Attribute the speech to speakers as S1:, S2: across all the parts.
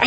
S1: Are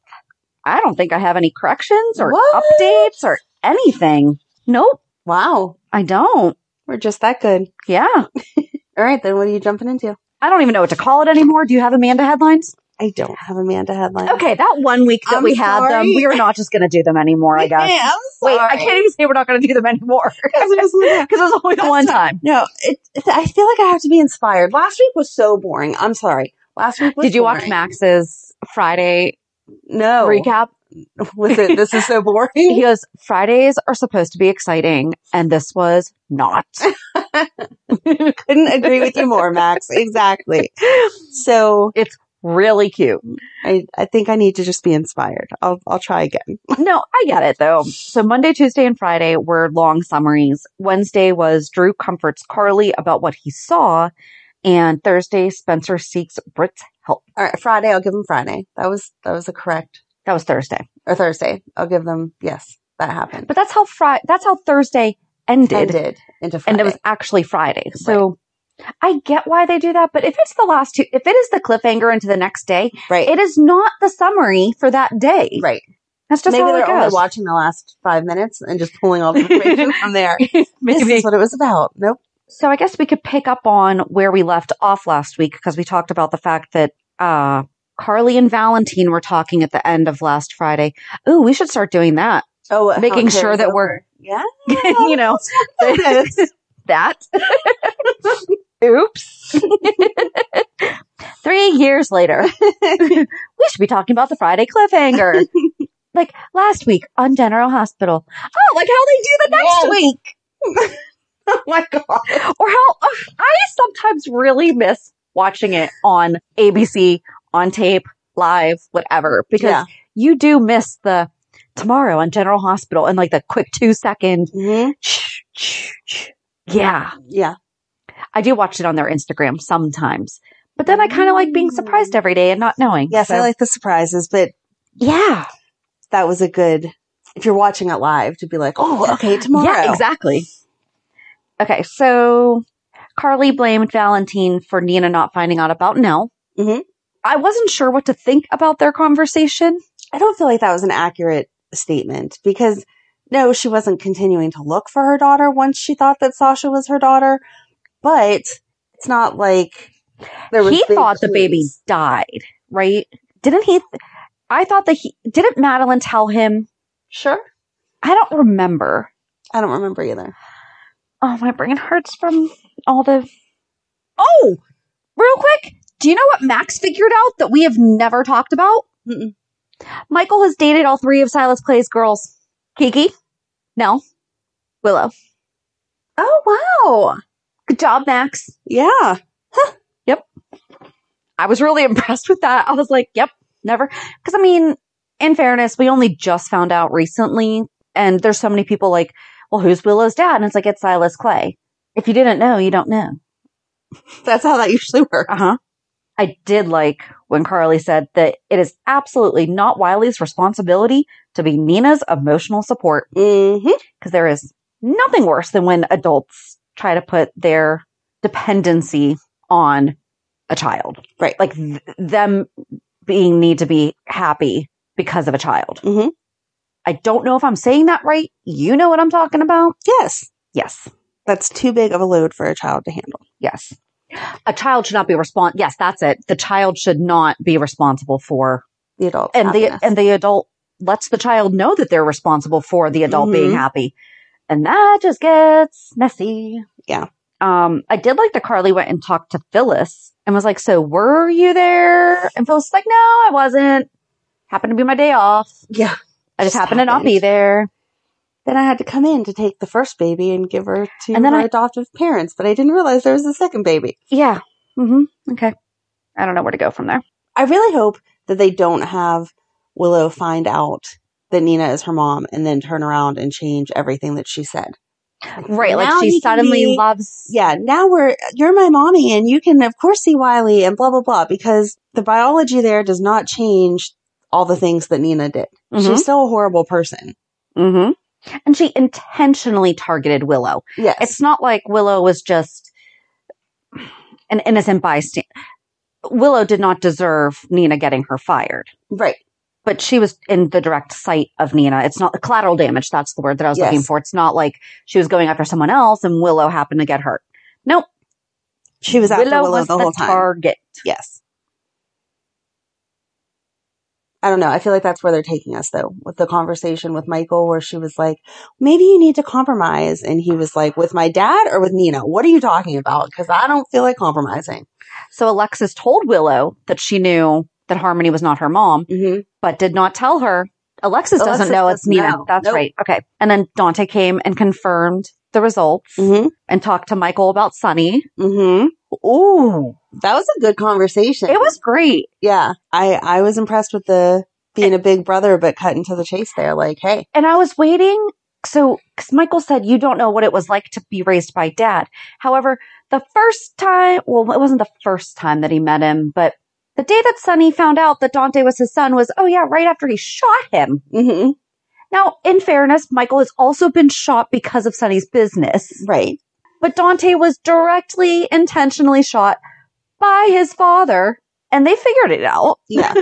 S2: I don't think I have any corrections or
S1: What?
S2: updates or anything. Nope,
S1: Wow.
S2: I don't.
S1: We're just that good.
S2: Yeah.
S1: All right, then what are you jumping into?
S2: I don't even know what to call it anymore. Do you have Amanda headlines?
S1: I don't have Amanda headline.
S2: Okay, that one week that
S1: I'm
S2: we had them,
S1: sorry.
S2: we are not just going to do them anymore, I guess.
S1: I'm
S2: Wait, I
S1: sorry.
S2: can't even say we're not going to do them anymore.
S1: Because it was like-
S2: Because it was only the one time.
S1: No, it, it- I feel like I have to be inspired. Last week was so boring. I'm sorry. Last week was
S2: Did you watch
S1: boring.
S2: Max's Friday
S1: No.
S2: recap?
S1: Was it, this is so boring.
S2: He goes, Fridays are supposed to be exciting, and this was not.
S1: Couldn't agree with you more, Max. Exactly. So
S2: really cute.
S1: I, I think I need to just be inspired. I'll, I'll try again.
S2: No, I get it though. So Monday, Tuesday, and Friday were long summaries. Wednesday was Drew comforts Carly about what he saw, and Thursday, Spencer seeks Brit's help.
S1: All right. Friday, I'll give them Friday. That was, that was the correct
S2: That was Thursday,
S1: or Thursday. I'll give them. Yes, that happened.
S2: but that's how Friday. That's how Thursday ended,
S1: Ended into Friday.
S2: and it was actually Friday. So. I get why they do that, but if it's the last two, if it is the cliffhanger into the next day,
S1: right.
S2: it is not the summary for that day.
S1: right.
S2: That's just
S1: Maybe
S2: how
S1: they're
S2: it
S1: only
S2: goes.
S1: watching the last five minutes and just pulling all the information from there. This
S2: Maybe.
S1: is what it was about. Nope.
S2: So I guess we could pick up on where we left off last week because we talked about the fact that uh, Carly and Valentine were talking at the end of last Friday. Ooh, we should start doing that.
S1: Oh,
S2: Making
S1: how it
S2: sure
S1: carries
S2: that
S1: over.
S2: we're-
S1: yeah.
S2: you know, that. Oops. Three years later, we should be talking about the Friday cliffhanger. like last week on General Hospital. Oh, like how they do the next
S1: Yes.
S2: week.
S1: oh my god.
S2: or how I sometimes really miss watching it on ABC, on tape, live, whatever, because
S1: Yeah.
S2: you do miss the tomorrow on General Hospital and like the quick two second.
S1: hmm
S2: Yeah.
S1: Yeah.
S2: I do watch it on their Instagram sometimes, but then I kind of like being surprised every day and not knowing.
S1: Yes, I
S2: So-
S1: like the surprises, but
S2: yeah,
S1: that was a good. If you're watching it live, to be like, oh, okay, tomorrow.
S2: Yeah, exactly. Okay. So Carly blamed Valentine for Nina not finding out about Nell.
S1: Mhm.
S2: I wasn't sure what to think about their conversation.
S1: I don't feel like that was an accurate statement because no, she wasn't continuing to look for her daughter once she thought that Sasha was her daughter, but it's not like there was
S2: he
S1: big
S2: thought the baby
S1: clues.
S2: died, right? Didn't he? I thought that he didn't Madeline tell him.
S1: Sure,
S2: I don't remember.
S1: I don't remember either.
S2: Oh, my brain hurts from all the. Oh, real quick. Do you know what Max figured out that we have never talked about?
S1: Mm-mm.
S2: Michael has dated all three of Silas Clay's girls. Kiki, Nell, Willow. Oh, wow. Good job, Max.
S1: Yeah.
S2: I was really impressed with that. I was like, yep, never. Cause I mean, in fairness, we only just found out recently and there's so many people like, well, who's Willow's dad? And it's like, it's Silas Clay. If you didn't know, you don't know.
S1: That's how that usually works.
S2: Uh huh. I did like when Carly said that it is absolutely not Wiley's responsibility to be Nina's emotional support
S1: Mm-hmm.
S2: because there is nothing worse than when adults try to put their dependency on a child,
S1: Right.
S2: Like th- them being need to be happy because of a child.
S1: Mhm.
S2: I don't know if I'm saying that right. You know what I'm talking about?
S1: Yes.
S2: Yes,
S1: That's too big of a load for a child to handle.
S2: yes. A child should not be respon. Yes, that's it. The child should not be responsible for
S1: The adult.
S2: and the
S1: happiness.
S2: and the adult lets the child know that they're responsible for the adult being
S1: Mhm.
S2: happy and that just gets messy
S1: Yeah.
S2: um i did like that carly went and talked to phyllis and was like so were you there and phyllis was like no i wasn't happened to be my day off
S1: yeah.
S2: i just,
S1: Just
S2: happened, to not be
S1: happened.
S2: there
S1: Then I had to come in to take the first baby and give her to
S2: And then
S1: her
S2: I-
S1: adoptive parents, but I didn't realize there was a second baby.
S2: yeah hmm okay i don't know where to go from there
S1: I really hope that they don't have Willow find out that Nina is her mom and then turn around and change everything that she said.
S2: right
S1: Now
S2: like she
S1: you can
S2: suddenly
S1: be-
S2: loves
S1: Yeah, now we're you're my mommy and you can of course see Wiley and blah blah blah because the biology there does not change all the things that Nina did.
S2: Mhm.
S1: She's still a horrible person.
S2: Mhm. and she intentionally targeted willow
S1: Yes.
S2: it's not like Willow was just an innocent bystander. Willow did not deserve Nina getting her fired,
S1: right.
S2: but she was in the direct sight of Nina. It's not collateral damage. That's the word that I was
S1: Yes.
S2: looking for. It's not like she was going after someone else and Willow happened to get hurt. Nope.
S1: She was after Willow,
S2: was
S1: the whole time.
S2: target.
S1: Yes. I don't know. I feel like that's where they're taking us though, with the conversation with Michael where she was like, maybe you need to compromise. And he was like, with my dad or with Nina? What are you talking about? Cause I don't feel like compromising.
S2: So Alexis told Willow that she knew that Harmony was not her mom,
S1: Mm-hmm.
S2: but did not tell her. Alexis,
S1: Alexis
S2: doesn't know it's
S1: doesn't
S2: Nina.
S1: know.
S2: That's
S1: Nope.
S2: right. Okay. And then Dante came and confirmed the results.
S1: Mm-hmm.
S2: and talked to Michael about Sunny.
S1: Mm-hmm.
S2: Ooh,
S1: That was a good conversation.
S2: it was great.
S1: yeah. I, I was impressed with the being a big brother, but cutting to the chase there. Like, Hey,
S2: And I was waiting. So, because Michael said you don't know what it was like to be raised by dad. However, the first time, well, it wasn't the first time that he met him, but the day that Sunny found out that Dante was his son was, oh yeah, right after he shot him.
S1: mm-hmm.
S2: Now, in fairness, Michael has also been shot because of Sunny's business,
S1: right.
S2: but Dante was directly, intentionally shot by his father, and they figured it out.
S1: Yeah.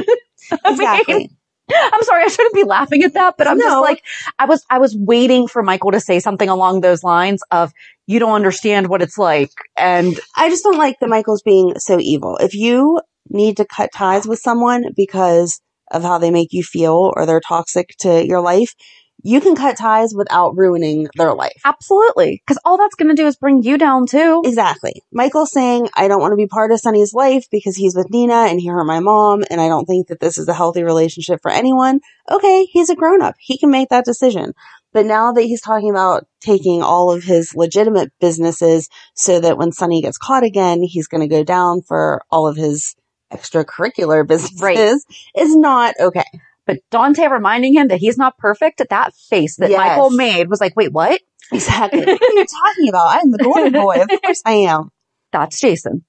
S2: I mean,
S1: exactly.
S2: I'm sorry, I shouldn't be laughing at that, but I'm just
S1: No.
S2: like, I was, I was waiting for Michael to say something along those lines of, you don't understand what it's like. And
S1: I just don't like that Michael's being so evil. If you need to cut ties with someone because of how they make you feel or they're toxic to your life, you can cut ties without ruining their life.
S2: absolutely, because all that's going to do is bring you down too.
S1: Exactly. Michael's saying, I don't want to be part of Sonny's life because he's with Nina and he hurt my mom, and I don't think that this is a healthy relationship for anyone. Okay, he's a grown up. He can make that decision. But now that he's talking about taking all of his legitimate businesses so that when Sonny gets caught again, he's going to go down for all of his extracurricular businesses
S2: Right.
S1: is not okay.
S2: But Dante reminding him that he's not perfect, that face that
S1: Yes.
S2: Michael made was like, wait, what?
S1: Exactly. what are you talking about? I'm the golden boy. Of course I am.
S2: That's Jason.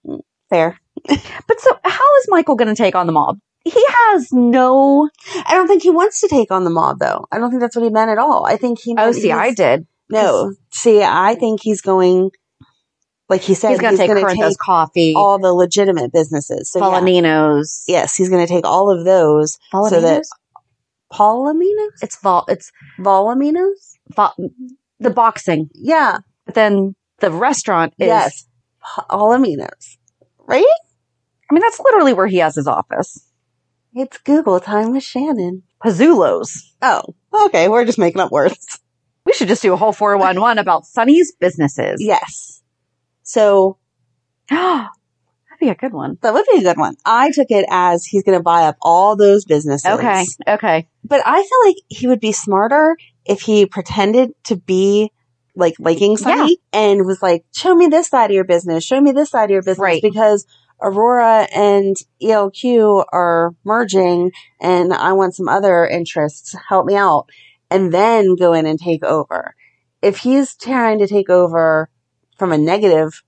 S1: Fair.
S2: But so how is Michael going to take on the mob? He has no,
S1: I don't think he wants to take on the mob, though. I don't think that's what he meant at all. I think he.
S2: oh,
S1: meant
S2: see,
S1: he's-
S2: I did.
S1: No, see, I think he's going. Like he said,
S2: He's going to take
S1: gonna
S2: Corinthos coffee,
S1: all the legitimate businesses. So yeah.
S2: Folaninos.
S1: yes, he's going to take all of those. So that
S2: Folaninos?
S1: Polaminos,
S2: it's vol, it's
S1: Volaminos.
S2: vol, the boxing.
S1: Yeah.
S2: But then the restaurant is.
S1: Yes. Polaminos. Right.
S2: I mean, that's literally where he has his office.
S1: It's Google time with Shannon.
S2: Pazzulo's.
S1: Oh, okay. We're just making up words.
S2: We should just do a whole 411 about Sonny's businesses.
S1: Yes. So
S2: Yeah. be a good one.
S1: That would be a good one. I took it as he's going to buy up all those businesses.
S2: Okay. Okay.
S1: But I feel like he would be smarter if he pretended to be like liking Sunny and was like, show me this side of your business. Show me this side of your business
S2: Right.
S1: because Aurora and ELQ are merging and I want some other interests. Help me out. And then go in and take over. If he's trying to take over from a negative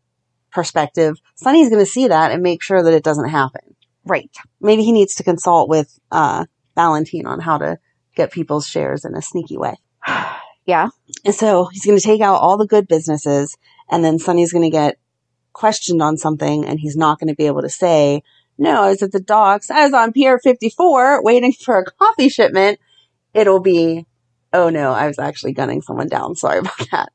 S1: perspective, Sunny's going to see that and make sure that it doesn't happen
S2: Right.
S1: maybe he needs to consult with uh, Valentine on how to get people's shares in a sneaky way.
S2: Yeah.
S1: And so he's going to take out all the good businesses, and then Sonny's going to get questioned on something, and he's not going to be able to say, "No, I was at the docks. I was on Pier 54 waiting for a coffee shipment." It'll be, "Oh no, I was actually gunning someone down. Sorry about that,"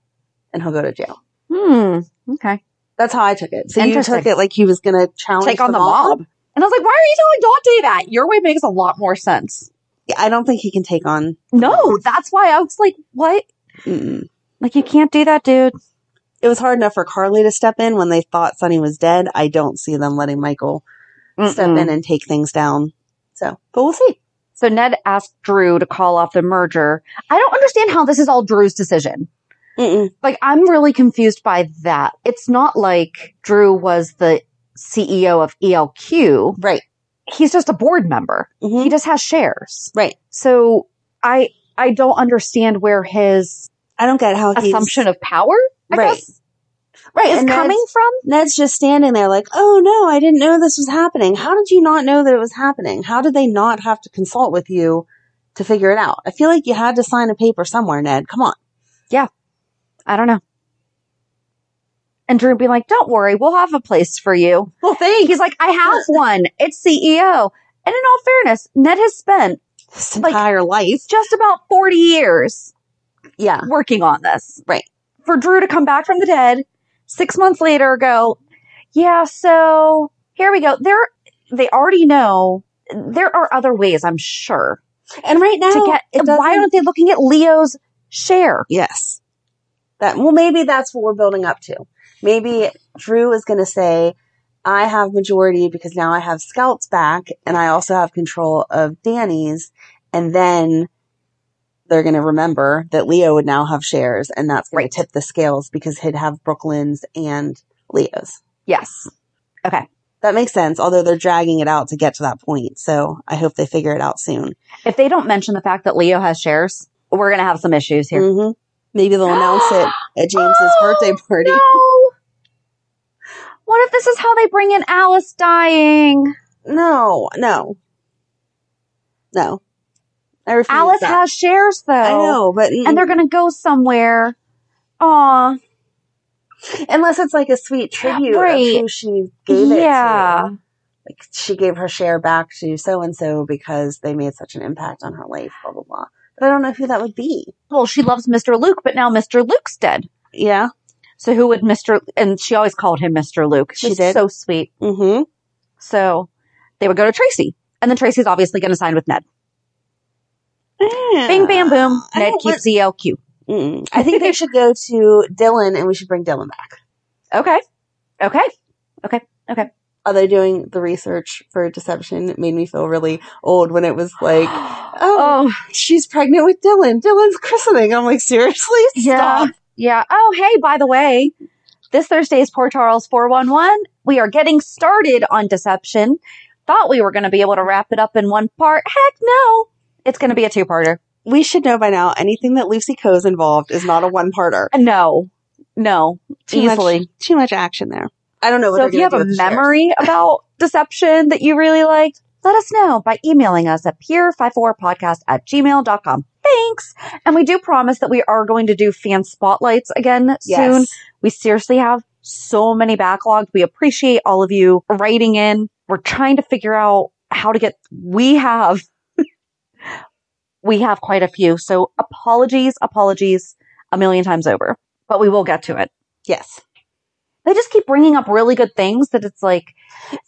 S1: and he'll go to jail.
S2: Hmm. Okay.
S1: That's how I took it. So you
S2: Interesting.
S1: took it like he was going to challenge
S2: Take on the mob. And I was like, why are you telling Dante that? Your way makes a lot more sense.
S1: Yeah, I don't think he can take on.
S2: No, that's why I was like, what?
S1: Mm-mm.
S2: Like, you can't do that, dude.
S1: it was hard enough for Carly to step in when they thought Sonny was dead. I don't see them letting Michael step
S2: Mm-mm.
S1: in and take things down. So, but we'll see.
S2: So Ned asked Drew to call off the merger. I don't understand how this is all Drew's decision.
S1: Mm-mm.
S2: Like, I'm really confused by that. It's not like Drew was the CEO of ELQ.
S1: Right.
S2: He's just a board member.
S1: Mhm.
S2: He just has shares.
S1: Right.
S2: So I, I don't understand where his
S1: I don't get how he's,
S2: assumption of power, I
S1: Right.
S2: guess, right, is
S1: And that's-
S2: coming from.
S1: Ned's just standing there like, oh no, I didn't know this was happening. How did you not know that it was happening? How did they not have to consult with you to figure it out? I feel like you had to sign a paper somewhere, Ned. Come on.
S2: I don't know. And Drew would be like, don't worry, we'll have a place for you.
S1: Well, thanks.
S2: He's like, I have one. It's CEO. And in all fairness, Ned has spent
S1: His
S2: like-
S1: entire life.
S2: just about 40 years
S1: Yeah.
S2: working on this.
S1: Right.
S2: For Drew to come back from the dead six months later, go, yeah, so here we go. They're, they already know there are other ways, I'm sure,
S1: And right now,
S2: to get,
S1: it doesn't-
S2: why aren't they looking at Leo's share?
S1: Yes. That well, maybe that's what we're building up to. Maybe Drew is going to say, "I have majority because now I have Scouts back, and I also have control of Danny's." And then they're going to remember that Leo would now have shares, and that's going
S2: Right.
S1: to tip the scales because he'd have Brooklyn's and Leo's.
S2: Yes. Okay.
S1: That makes sense. Although they're dragging it out to get to that point, so I hope they figure it out soon.
S2: If they don't mention the fact that Leo has shares, we're going to have some issues here.
S1: hmm Maybe they'll announce it at James's
S2: Oh,
S1: birthday party.
S2: No. What if this is how they bring in Alice dying?
S1: No, no, no. I refuse.
S2: Alice
S1: that.
S2: has shares though.
S1: I know, but
S2: And they're going to go somewhere. Aw.
S1: unless it's like a sweet tribute
S2: Right.
S1: of who she gave
S2: yeah.
S1: it to. Like she gave her share back to so and so because they made such an impact on her life. Blah blah blah. But I don't know who that would be.
S2: Well, she loves Mr. Luke, but now Mr. Luke's dead.
S1: Yeah.
S2: So who would Mr. And she always called him Mr. Luke.
S1: She
S2: Just
S1: did.
S2: So sweet.
S1: Mm-hmm.
S2: So they would go to Tracy. And then Tracy's obviously going to sign with Ned. Bing, bam, boom.
S1: I
S2: Ned
S1: don't
S2: keeps ELQ.
S1: Mm-mm. I think they should go to Dylan, and we should bring Dylan back.
S2: Okay. Okay.
S1: Are they doing the research for deception? It made me feel really old when it was like, oh,
S2: Oh,
S1: she's pregnant with Dylan. Dylan's christening. I'm like, seriously?
S2: yeah.
S1: Stop.
S2: Yeah. Oh, hey, by the way, this Thursday is Poor Charles 411. We are getting started on deception. Thought we were going to be able to wrap it up in one part. Heck no. It's going to be a two parter.
S1: We should know by now anything that Lucy Coe's involved is not a one parter.
S2: No, no, easily.
S1: Much, too much action there. I don't know what
S2: So
S1: they're
S2: if you have
S1: going to
S2: a
S1: do. with the shares.
S2: memory about deception that you really liked, let us know by emailing us at peer54podcast at gmail.com. Thanks. And we do promise that we are going to do fan spotlights again
S1: Yes.
S2: soon. We seriously have so many backlogged. We appreciate all of you writing in. We're trying to figure out how to get, we have, we have quite a few. So apologies, apologies a million times over, but we will get to it.
S1: Yes.
S2: They just keep bringing up really good things that it's like,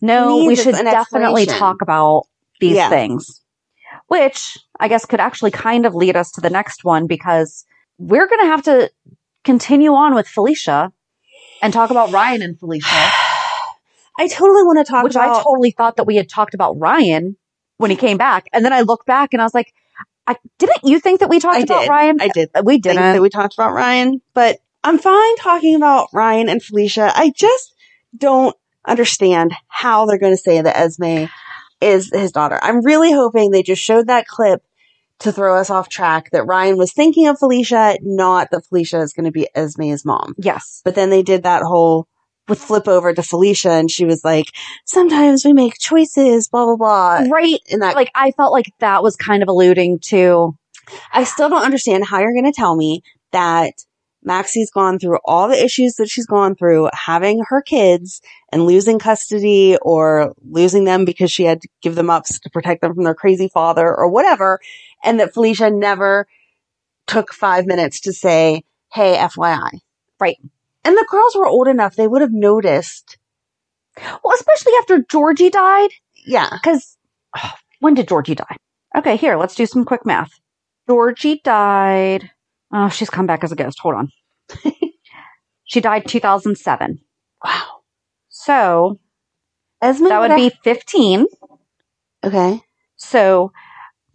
S2: no,
S1: Needs
S2: we should
S1: an
S2: definitely
S1: explanation.
S2: talk about these
S1: Yeah.
S2: things, which I guess could actually kind of lead us to the next one because we're going to have to continue on with Felicia and talk about Ryan and Felicia.
S1: I totally want to talk
S2: which
S1: about.
S2: I totally thought that we had talked about Ryan when he came back. And then I looked back and I was like, I didn't you think that we talked
S1: I
S2: about
S1: did.
S2: Ryan?
S1: I did
S2: we
S1: think that
S2: didn't.
S1: we talked about Ryan, but I'm fine talking about Ryan and Felicia. I just don't understand how they're going to say that Esme is his daughter. I'm really hoping they just showed that clip to throw us off track that Ryan was thinking of Felicia, not that Felicia is going to be Esme's mom.
S2: yes.
S1: But then they did that whole with flip over to Felicia and she was like, sometimes we make choices, blah, blah, blah.
S2: Right.
S1: And that
S2: Like I felt like that was kind of alluding to
S1: I still don't understand how you're going to tell me that Maxie's gone through all the issues that she's gone through having her kids and losing custody or losing them because she had to give them up to protect them from their crazy father or whatever. And that Felicia never took five minutes to say, Hey, FYI.
S2: Right.
S1: And the girls were old enough. They would have noticed.
S2: well, especially after Georgie died.
S1: Yeah.
S2: Because when did Georgie die? Okay, here, let's do some quick math. Georgie died. Oh, she's come back as a ghost. Hold on. she died 2007.
S1: Wow.
S2: So
S1: Esme
S2: that would be 15.
S1: okay.
S2: So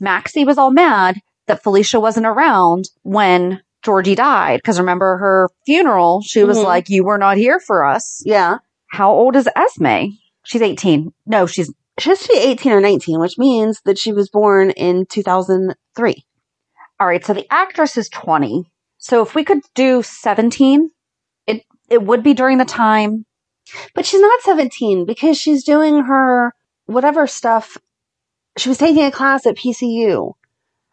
S2: Maxie was all mad that Felicia wasn't around when Georgie died. Because remember her funeral, she was
S1: Mhm.
S2: like, You were not here for us.
S1: Yeah.
S2: How old is Esme? She's 18. No, she's
S1: She has to be 18 or 19, which means that she was born in 2003.
S2: all right. So the actress is 20. So if we could do 17, it, it would be during the time.
S1: But she's not 17 because she's doing her whatever stuff. She was taking a class at PCU.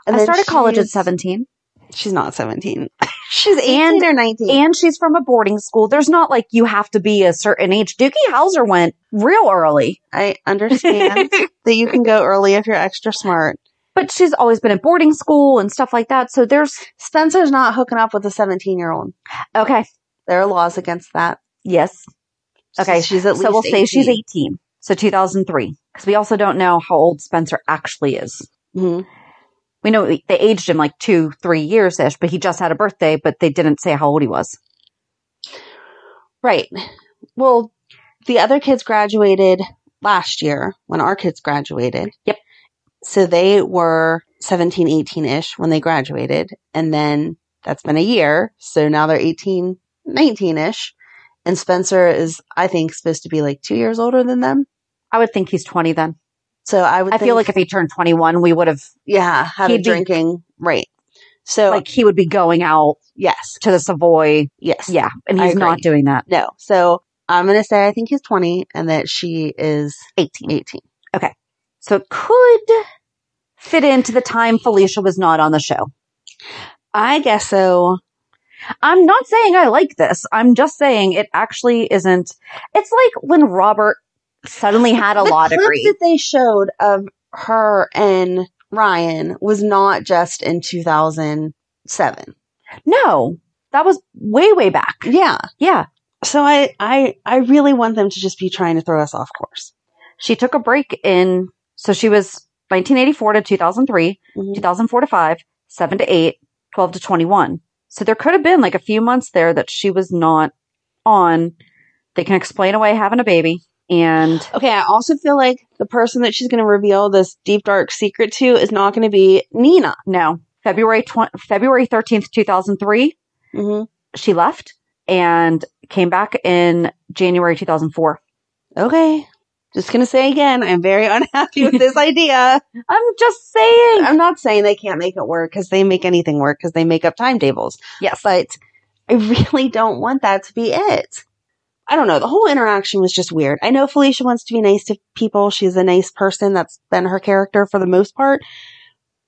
S2: I
S1: then
S2: started college at
S1: she's-
S2: 17
S1: She's not 17. she's
S2: And-
S1: 18 or 19.
S2: and she's from a boarding school. There's not like you have to be a certain age. Dookie Hauser went real early.
S1: I understand that you can go early if you're extra smart.
S2: but she's always been in boarding school and stuff like that. So there's
S1: Spencer's not hooking up with a 17 year old.
S2: okay,
S1: There are laws against that.
S2: yes, Okay,
S1: So she's at
S2: so we'll
S1: least
S2: say she's
S1: 18.
S2: 18. So 2003, because we also don't know how old Spencer actually is.
S1: Mhm.
S2: We know they aged him like two, three years ish, but he just had a birthday, but they didn't say how old he was.
S1: Right. Well, the other kids graduated last year when our kids graduated.
S2: Yep.
S1: So they were 17, 18 ish when they graduated. And then that's been a year. So now they're 18, 19 ish. And Spencer is, I think, supposed to be like two years older than them.
S2: I would think he's 20 then.
S1: So I would
S2: I feel
S1: think-
S2: like if he turned 21, we would have,
S1: yeah, had a
S2: he'd be-
S1: drinking. right. So,
S2: like, he would be going out
S1: yes,
S2: to the Savoy.
S1: yes.
S2: Yeah. And
S1: I
S2: he's not
S1: agree.
S2: doing that.
S1: No. So I'm going to say I think he's 20 and that she is
S2: 18.
S1: 18.
S2: So it could fit into the time Felicia was not on the show.
S1: I guess so.
S2: I'm not saying I like this. I'm just saying it actually isn't. It's like when Robert suddenly had a
S1: the
S2: law
S1: clip
S2: degree.
S1: that they showed of her and Ryan was not just in 2007.
S2: no, that was way, way back.
S1: Yeah.
S2: Yeah.
S1: So I, I, I really want them to just be trying to throw us off course.
S2: She took a break in, so she was 1984 to 2003,
S1: Mhm.
S2: 2004 to 5, 7 to 8, 12 to 21. So there could have been like a few months there that she was not on. They can explain away having a baby. And
S1: Okay. I also feel like the person that she's going to reveal this deep dark secret to is not going to be Nina.
S2: no, February, tw- February 13th, 2003,
S1: Mm-hmm.
S2: she left and came back in January 2004.
S1: Okay. Just going to say again, I'm very unhappy with this idea.
S2: I'm just saying.
S1: I'm not saying they can't make it work because they make anything work because they make up timetables.
S2: Yes.
S1: but I really don't want that to be it. I don't know. The whole interaction was just weird. I know Felicia wants to be nice to people. She's a nice person. That's been her character for the most part.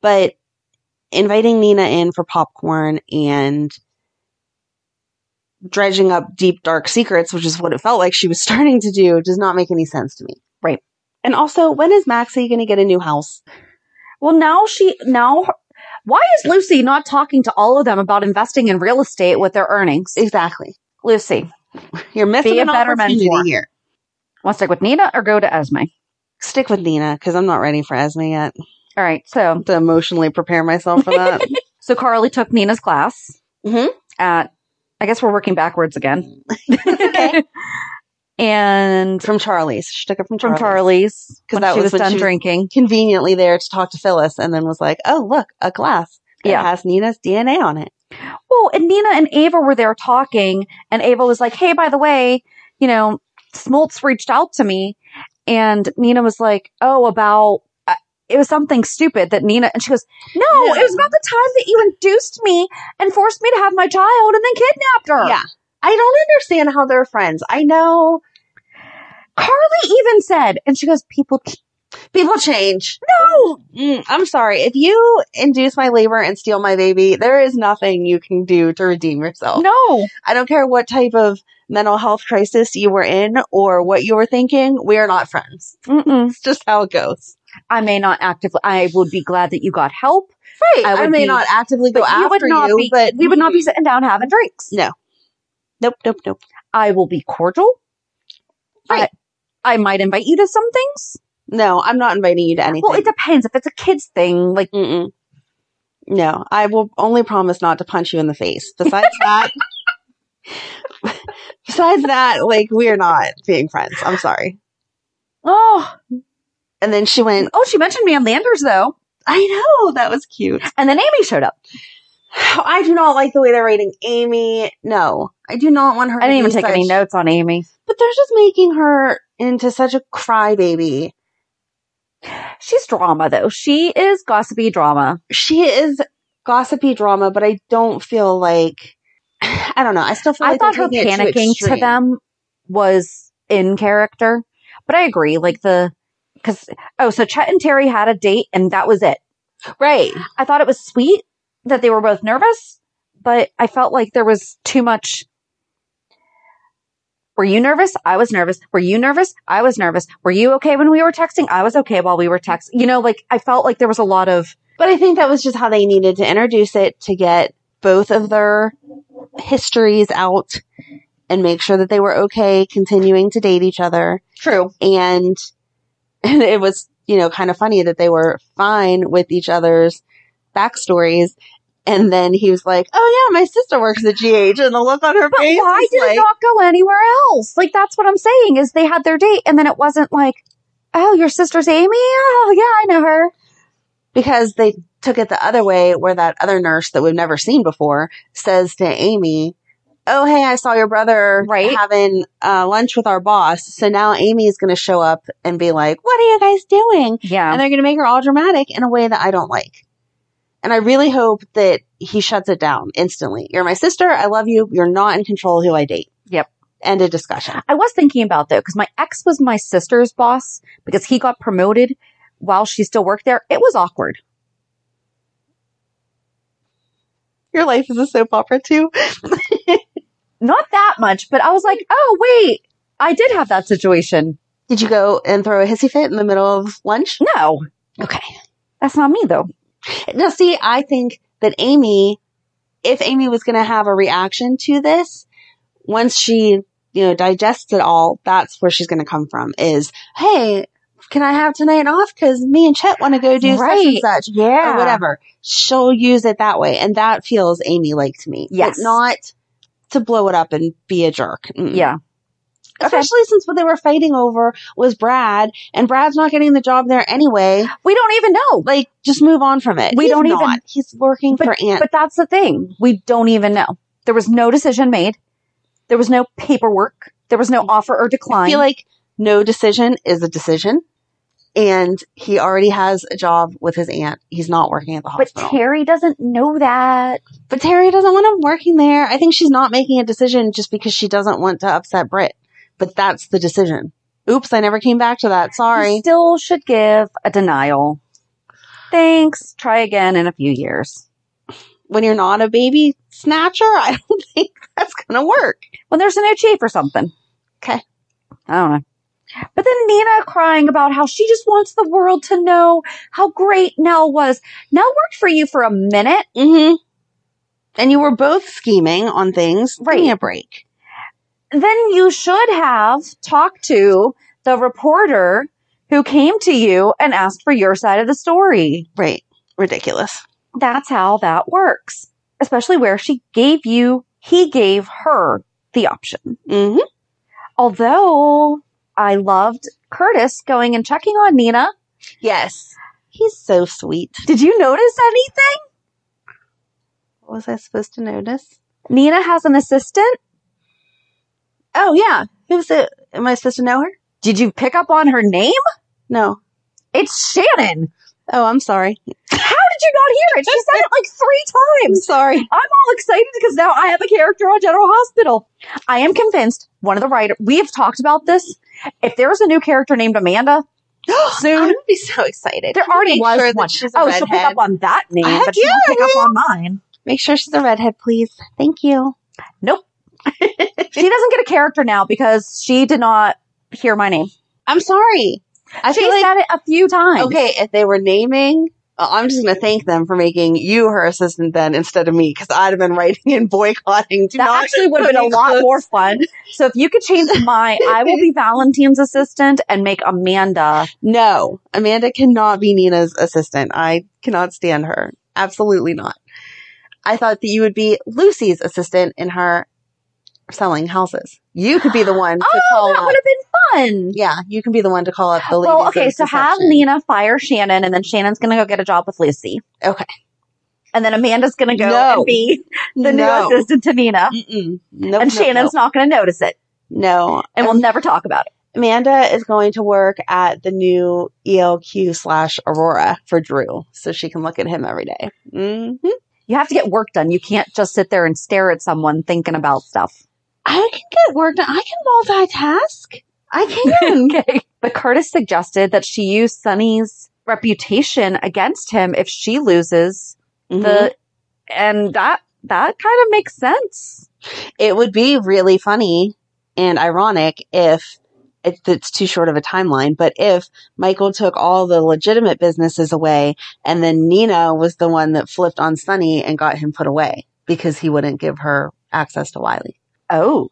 S1: But inviting Nina in for popcorn and dredging up deep, dark secrets, which is what it felt like she was starting to do, does not make any sense to me.
S2: Right.
S1: And also, when is Maxie going to get a new house?
S2: Well, now she, now, why is Lucy not talking to all of them about investing in real estate with their earnings?
S1: Exactly.
S2: Lucy,
S1: You're missing
S2: Be a
S1: an
S2: better
S1: opportunity
S2: mentor.
S1: here.
S2: want to stick with Nina or go to Esme?
S1: Stick with Nina because I'm not ready for Esme yet.
S2: All right. So,
S1: to emotionally prepare myself for that.
S2: so Carly took Nina's class
S1: Mhm.
S2: at, I guess we're working backwards again.
S1: Okay.
S2: and
S1: From Charlie's. She took it from
S2: from
S1: Charlie's.
S2: Charlie's
S1: 'Cause
S2: when
S1: that
S2: she was
S1: was when
S2: done
S1: she was-
S2: drinking.
S1: Conveniently there to talk to Phyllis and then was like, oh, look, a glass. It
S2: Yeah.
S1: has Nina's DNA on it.
S2: Well, and Nina and Ava were there talking, and Ava was like, "Hey, by the way, you know, Smoltz reached out to me," and Nina was like, "Oh, about." uh, It was something stupid that Nina and she goes, No,
S1: No.
S2: it was about the time that you induced me and forced me to have my child and then kidnapped her.
S1: Yeah. I don't understand how they're friends. I know
S2: Carly even said, and she goes, People
S1: people change.
S2: no,
S1: Mm, I'm sorry. If you induce my labor and steal my baby, there is nothing you can do to redeem yourself.
S2: no.
S1: I don't care what type of mental health crisis you were in or what you were thinking. We are not friends.
S2: Mm-mm.
S1: It's just how it goes.
S2: I may not actively, I would be glad that you got help.
S1: Right. I,
S2: I would
S1: may
S2: be-
S1: not actively go
S2: but you
S1: after
S2: would not
S1: you,
S2: be,
S1: but
S2: we would not be sitting down having drinks.
S1: No. Nope, nope, nope.
S2: I will be cordial.
S1: Right.
S2: I, I might invite you to some things.
S1: No, I'm not inviting you to anything.
S2: Well, it depends. If it's a kid's thing, like,
S1: Mm-mm. No, I will only promise not to punch you in the face. Besides that, besides that, like we're not being friends. I'm sorry.
S2: oh,
S1: And then she went,
S2: oh, she mentioned me on Landers though.
S1: I know that was cute.
S2: And then Amy showed up.
S1: "Oh, I do not like the way they're rating Amy. No, I do not want her.
S2: I didn't
S1: to
S2: even
S1: be
S2: take any
S1: such-
S2: notes on Amy.
S1: But they're just making her into such a crybaby.
S2: She's drama though. She is gossipy drama.
S1: She is gossipy drama, but I don't feel like. I don't know. I still feel
S2: I
S1: like they're
S2: thought her
S1: taking it too
S2: panicking to
S1: extreme.
S2: them was in character, but I agree. Like the, cause, oh, so Chet and Terry had a date and that was it.
S1: right?
S2: I thought it was sweet that they were both nervous, but I felt like there was too much. Were you nervous? I was nervous. Were you nervous? I was nervous. Were you okay when we were texting? I was okay while we were texting. You know, like I felt like there was a lot of,
S1: But I think that was just how they needed to introduce it to get both of their histories out and make sure that they were okay continuing to date each other.
S2: true.
S1: And, and it was, you know, kind of funny that they were fine with each other's backstories. And then he was like, Oh yeah, my sister works at GH and the look on her
S2: But
S1: face.
S2: why
S1: was
S2: did it
S1: like,
S2: not go anywhere else? Like that's what I'm saying is they had their date and then it wasn't like, oh, your sister's Amy. Oh yeah, I know her.
S1: because they took it the other way where that other nurse that we've never seen before says to Amy, Oh, hey, I saw your brother
S2: Right.
S1: having uh, lunch with our boss. So now Amy is going to show up and be like, What are you guys doing?
S2: Yeah.
S1: And they're going to make her all dramatic in a way that I don't like. And I really hope that he shuts it down instantly. You're my sister. I love you. You're not in control of who I date.
S2: Yep.
S1: End of discussion.
S2: I was thinking about though, because my ex was my sister's boss because he got promoted while she still worked there. It was awkward.
S1: Your life is a soap opera too.
S2: Not that much, but I was like, oh, wait, I did have that situation.
S1: Did you go and throw a hissy fit in the middle of lunch?
S2: No,
S1: Okay.
S2: that's not me though.
S1: Now, see, I think that Amy, if Amy was going to have a reaction to this, once she, you know, digests it all, that's where she's going to come from is, hey, can I have tonight off? Cause me and Chet want to go do
S2: Right.
S1: such and such
S2: Yeah.
S1: or whatever. She'll use it that way. And that feels Amy like to me.
S2: Yes.
S1: But not to blow it up and be a jerk. Mm-mm.
S2: Yeah. Okay.
S1: Especially since what they were fighting over was Brad and Brad's not getting the job there anyway
S2: We don't even know.
S1: like just move on from it.
S2: We
S1: He's
S2: don't even-
S1: not. He's working
S2: But,
S1: for Aunt.
S2: but that's the thing. We don't even know. There was no decision made. There was no paperwork. There was no offer or
S1: Mm-hmm. I
S2: decline.
S1: feel like no decision is a decision, and he already has a job with his aunt. He's not working at the
S2: but
S1: hospital.
S2: Terry doesn't know that.
S1: but Terry doesn't want him working there. I think she's not making a decision just because she doesn't want to upset Britt. But that's the decision. Oops, I never came back to that.
S2: You
S1: Sorry.
S2: still should give a denial. Thanks. Try again in a few years.
S1: When you're not a baby snatcher, I don't think that's gonna work.
S2: When there's a new chief or something.
S1: 'Kay.
S2: I don't know. But then Nina crying about how she just wants the world to know how great Nell was. Nell worked for you for a minute,
S1: Mm-hmm. And you were both scheming on things. Give me
S2: Right.
S1: a break.
S2: then you should have talked to the reporter who came to you and asked for your side of the story.
S1: Right. Ridiculous.
S2: That's how that works, especially where she gave you, he gave her the option.
S1: Mm-hmm.
S2: Although I loved Curtis going and checking on Nina.
S1: Yes. He's so sweet.
S2: Did you notice anything?
S1: What was I supposed to notice?
S2: Nina has an assistant.
S1: Oh yeah. Who's it? Am I supposed to know her?
S2: Did you pick up on her name?
S1: No.
S2: It's Shannon.
S1: Oh, I'm sorry.
S2: How did you not hear it? She said it like three
S1: I'm
S2: times.
S1: sorry.
S2: I'm all excited because now I have a character on General Hospital. I am convinced one of the writer we have talked about this. If there is a new character named Amanda,
S1: I'm
S2: soon
S1: gonna be so excited.
S2: there
S1: Can you
S2: already
S1: make
S2: was
S1: sure
S2: one.
S1: That she's a
S2: oh, she'll
S1: redhead.
S2: pick up on that name,
S1: Heck
S2: but she won't
S1: yeah,
S2: pick up on mine.
S1: Make sure she's a redhead, please. Thank you.
S2: Nope. she doesn't get a character now because she did not hear my name.
S1: I'm sorry. I
S2: she
S1: feel like
S2: said it a few times.
S1: okay if they were naming. uh, I'm just gonna thank them for making you her assistant then instead of me because I'd have been writing and boycotting. Do
S2: That
S1: not
S2: actually would have
S1: put
S2: been a
S1: me
S2: lot
S1: close.
S2: more fun. So if you could change my, I will be Valentine's assistant and make Amanda.
S1: No, Amanda cannot be Nina's assistant. I cannot stand her. Absolutely not. I thought that you would be Lucy's assistant in her selling houses. You could be the one to
S2: Oh,
S1: call
S2: that
S1: up.
S2: would have been fun.
S1: Yeah, you can be the one to call up the ladies.
S2: Well, okay,
S1: of
S2: so have
S1: deception.
S2: Nina fire Shannon, and then Shannon's gonna go get a job with Lucy.
S1: Okay.
S2: And then Amanda's gonna go
S1: No.
S2: and be the
S1: no.
S2: new assistant to Nina,
S1: Mm-mm. Nope,
S2: and
S1: nope,
S2: Shannon's
S1: nope.
S2: not gonna notice it,
S1: no,
S2: and we'll never talk about it.
S1: Amanda is going to work at the new ELQ slash Aurora for Drew, so she can look at him every day. Mm-hmm.
S2: You have to get work done. You can't just sit there and stare at someone thinking about stuff.
S1: I can get work done. I can multitask. I can.
S2: okay. But Curtis suggested that she use Sunny's reputation against him if she loses
S1: Mhm.
S2: the, and that that kind of makes sense.
S1: it would be really funny and ironic if it, it's too short of a timeline, but if Michael took all the legitimate businesses away and then Nina was the one that flipped on Sunny and got him put away because he wouldn't give her access to Wiley.
S2: Oh,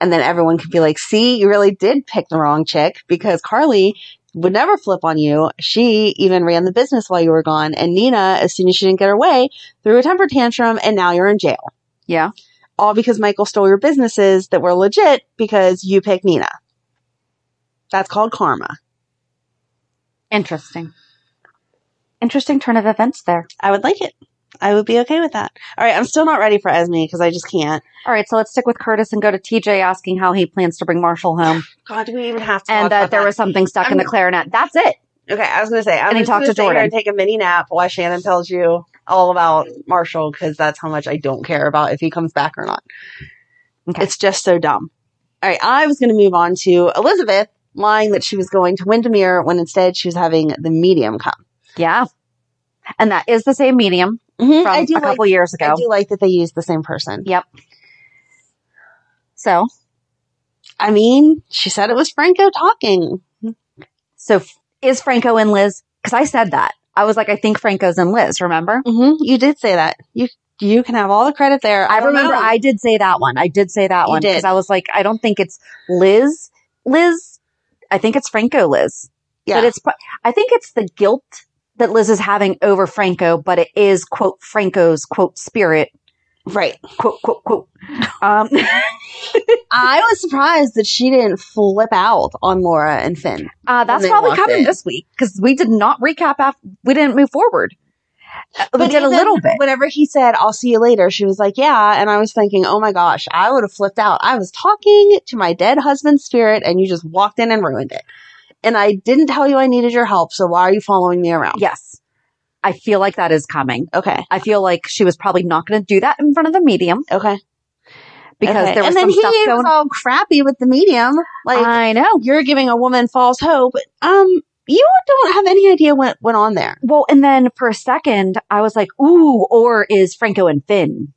S1: And then everyone could be like, see, you really did pick the wrong chick because Carly would never flip on you. She even ran the business while you were gone. And Nina, as soon as she didn't get her way, threw a temper tantrum and now you're in jail
S2: yeah.
S1: all because Michael stole your businesses that were legit because you picked Nina. That's called karma.
S2: Interesting. Interesting turn of events there.
S1: I would like it. I would be okay with that. All right, I'm still not ready for Esme because I just can't.
S2: All right, so let's stick with Curtis and go to TJ asking how he plans to bring Marshall home
S1: God, do we even have to?
S2: and
S1: talk
S2: that
S1: about
S2: there was something stuck in the
S1: I'm-
S2: clarinet. That's it.
S1: Okay, I was going to say I'm
S2: And he
S1: going
S2: talked
S1: to
S2: to Jordan.
S1: and take a mini nap while Shannon tells you all about Marshall because that's how much I don't care about if he comes back or not.
S2: Okay.
S1: It's just so dumb. All right, I was going to move on to Elizabeth lying that she was going to Windermere when instead she was having the medium come.
S2: Yeah. And that is the same medium
S1: Mm-hmm.
S2: from a couple years ago.
S1: I do like that they use the same person.
S2: Yep. So,
S1: I mean, she said it was Franco talking.
S2: so f- is Franco in Liz? Because I said that. I was like, I think Franco's in Liz, remember?
S1: hmm You did say that. You you can have all the credit there.
S2: I,
S1: don't
S2: remember
S1: know.
S2: I did say that one. I did say that
S1: You
S2: one
S1: did.
S2: because I was like, I don't think it's Liz. Liz, I think it's Franco Liz.
S1: yeah.
S2: But it's, pro- I think it's the guilt that Liz is having over Franco, but it is quote Franco's quote spirit
S1: right.
S2: quote quote quote. Um,
S1: I was surprised that she didn't flip out on Laura and Finn.
S2: uh, that's
S1: they
S2: probably
S1: walked
S2: coming
S1: in.
S2: this week because we did not recap after we didn't move forward. Uh, we did a
S1: even
S2: little bit.
S1: Whenever he said, I'll see you later, she was like, Yeah. And I was thinking, Oh my gosh, I would have flipped out. I was talking to my dead husband's spirit and you just walked in and ruined it. And I didn't tell you I needed your help. So why are you following me around?
S2: Yes, I feel like that is coming.
S1: Okay.
S2: I feel like she was probably not going to do that in front of the medium
S1: Okay.
S2: because
S1: Okay.
S2: there was
S1: and
S2: some
S1: then he
S2: stuff
S1: was
S2: going.
S1: all crappy with the medium. Like,
S2: I know.
S1: you're giving a woman false hope. Um, you don't have any idea what went on there.
S2: Well, and then for a second, I was like, "Ooh," or is Franco and Finn?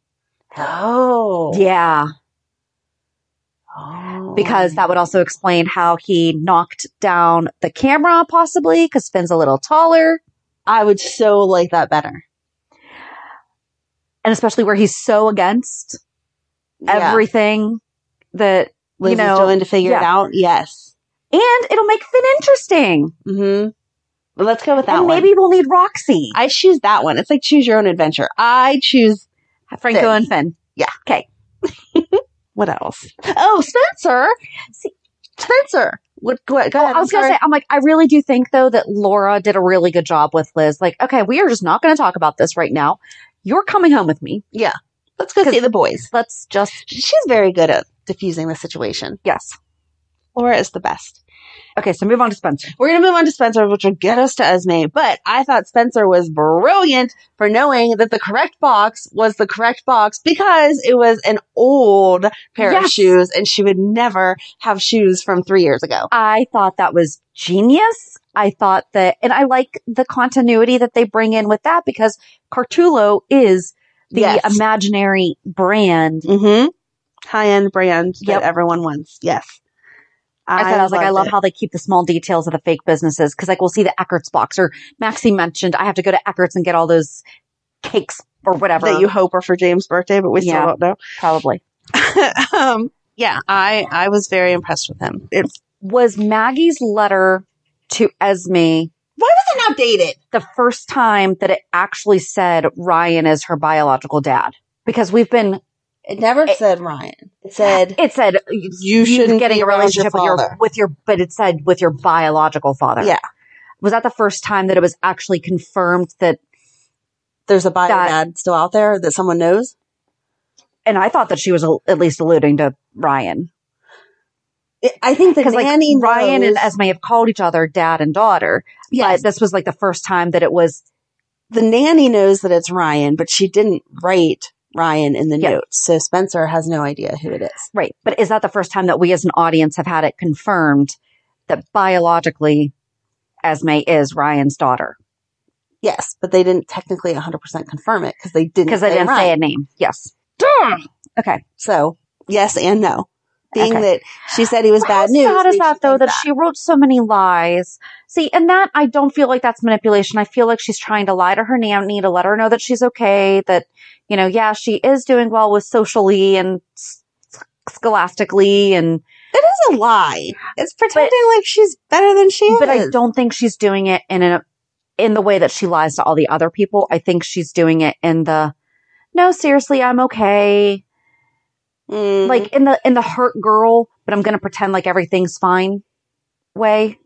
S1: Oh,
S2: Yeah. because that would also explain how he knocked down the camera, possibly because Finn's a little taller,
S1: I would so like that better.
S2: and especially where he's so against
S1: yeah.
S2: everything that,
S1: Liz
S2: you know,
S1: is doing to figure it
S2: yeah.
S1: out. Yes.
S2: and it'll make Finn interesting.
S1: Hmm. Well, let's go with that
S2: and
S1: one.
S2: maybe we'll need Roxy,
S1: I choose that one. It's like choose your own adventure. I choose
S2: Franco,
S1: Finn.
S2: and Finn.
S1: Yeah.
S2: Okay.
S1: What else? Oh, Spencer. See, Spencer. What, go ahead.
S2: Oh, I was going to say, I'm like, I really do think though that Laura did a really good job with Liz. Like, okay, we are just not going to talk about this right now. You're coming home with me.
S1: Yeah. Let's go see the boys.
S2: Let's just,
S1: She's very good at diffusing the situation.
S2: yes.
S1: Laura is the best.
S2: Okay. So move on to Spencer.
S1: We're going to move on to Spencer, which will get us to Esme. But I thought Spencer was brilliant for knowing that the correct box was the correct box because it was an old pair of
S2: Yes.
S1: shoes and she would never have shoes from three years ago.
S2: I thought that was genius. I thought that, and I like the continuity that they bring in with that because Cartulo is the
S1: Yes.
S2: imaginary brand.
S1: Mm-hmm. High end brand
S2: Yep.
S1: that everyone wants. Yes.
S2: I said, I was like, I
S1: loved
S2: love
S1: it.
S2: how they keep the small details of the fake businesses. Cause like we'll see the Eckert's box or Maxie mentioned, I have to go to Eckert's and get all those cakes or whatever.
S1: that you hope are for James' birthday, but we
S2: Yeah.
S1: still don't know.
S2: probably
S1: um, yeah, I, I was very impressed with him. It
S2: was Maggie's letter to Esme
S1: why was it
S2: the first time that it actually said Ryan is her biological dad because we've been
S1: outdated? It never
S2: It-
S1: said Ryan. It said
S2: it said
S1: you shouldn't
S2: getting
S1: be
S2: a
S1: around
S2: relationship
S1: your
S2: with your
S1: father.
S2: with your but it said with your biological father.
S1: Yeah.
S2: Was that the first time that it was actually confirmed that
S1: there's a bio
S2: That-
S1: dad still out there that someone knows.
S2: and I thought that she was al- at least alluding to Ryan
S1: It- I think the
S2: because like
S1: nanny
S2: Ryan
S1: knows,
S2: and Esme have called each other dad and daughter,
S1: Yes.
S2: but this was like the first time that it was
S1: the nanny knows that it's Ryan, but she didn't write Ryan in the
S2: Yeah.
S1: notes, so Spencer has no idea who it is.
S2: right. But is that the first time that we as an audience have had it confirmed that biologically Esme is Ryan's daughter
S1: Yes, but they didn't technically 100% confirm it because they didn't
S2: because they
S1: say
S2: didn't say a
S1: Ryan.
S2: name. Yes. Okay.
S1: So yes and no, being
S2: Okay.
S1: that she said he was
S2: How
S1: bad news.
S2: sad
S1: makes
S2: is
S1: you
S2: that though?
S1: think
S2: That, she wrote so many lies. See, and that I don't feel like that's manipulation. I feel like she's trying to lie to her nanny to let her know that she's okay. That you know, yeah, she is doing well with socially and s- scholastically, and
S1: It is a lie. It's pretending like she's better than she is.
S2: but I don't think she's doing it in a in the way that she lies to all the other people. I think she's doing it in the no, seriously, I'm okay.
S1: Mm,
S2: Like in the in the hurt girl, but I'm going to pretend like everything's fine way.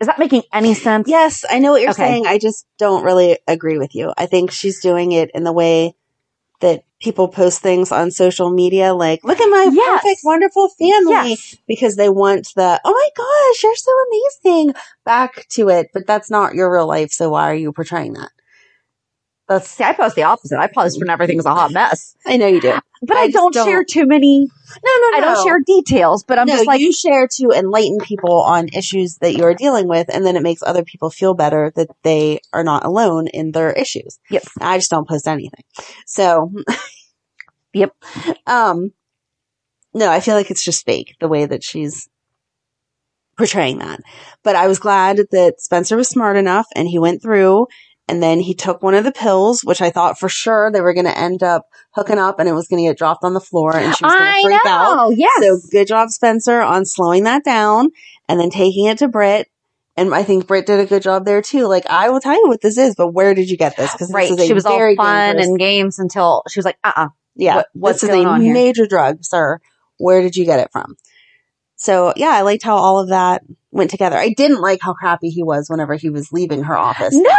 S2: Is that making any sense?
S1: yes, I know what you're
S2: Okay.
S1: saying. I just don't really agree with you. I think she's doing it in the way that people post things on social media, like "Look at my
S2: Yes.
S1: perfect, wonderful family,"
S2: Yes.
S1: because they want the "Oh my gosh, you're so amazing" back to it. But that's not your real life, so why are you portraying that? That's
S2: See, I post the opposite. I post when everything's a hot mess.
S1: I know you do.
S2: But
S1: I
S2: I,
S1: just
S2: don't,
S1: don't-
S2: share too many.
S1: No, no, no.
S2: I don't share details, but I'm
S1: no,
S2: just like,
S1: you share to enlighten people on issues that you're dealing with, and then it makes other people feel better that they are not alone in their issues.
S2: Yes.
S1: I just don't post anything. So,
S2: Yep.
S1: Um, no, I feel like it's just fake the way that she's portraying that. But I was glad that Spencer was smart enough and he went through and then he took one of the pills, which I thought for sure they were going to end up hooking up and it was going to get dropped on the floor and she was going
S2: I
S1: to freak out.
S2: know. Yes.
S1: So good job, Spencer, on slowing that down and then taking it to Britt. And I think Britt did a good job there too. Like, I will tell you what this is, but where did you get this? Because
S2: right.
S1: this is a
S2: She was all
S1: very
S2: fun
S1: dangerous-
S2: and games until she was like, uh uh
S1: yeah,
S2: what- what's
S1: this is
S2: going
S1: a
S2: on here?
S1: major drug, sir. Where did you get it from? So yeah, I liked how all of that went together. I didn't like how crappy he was whenever he was leaving her office.
S2: No.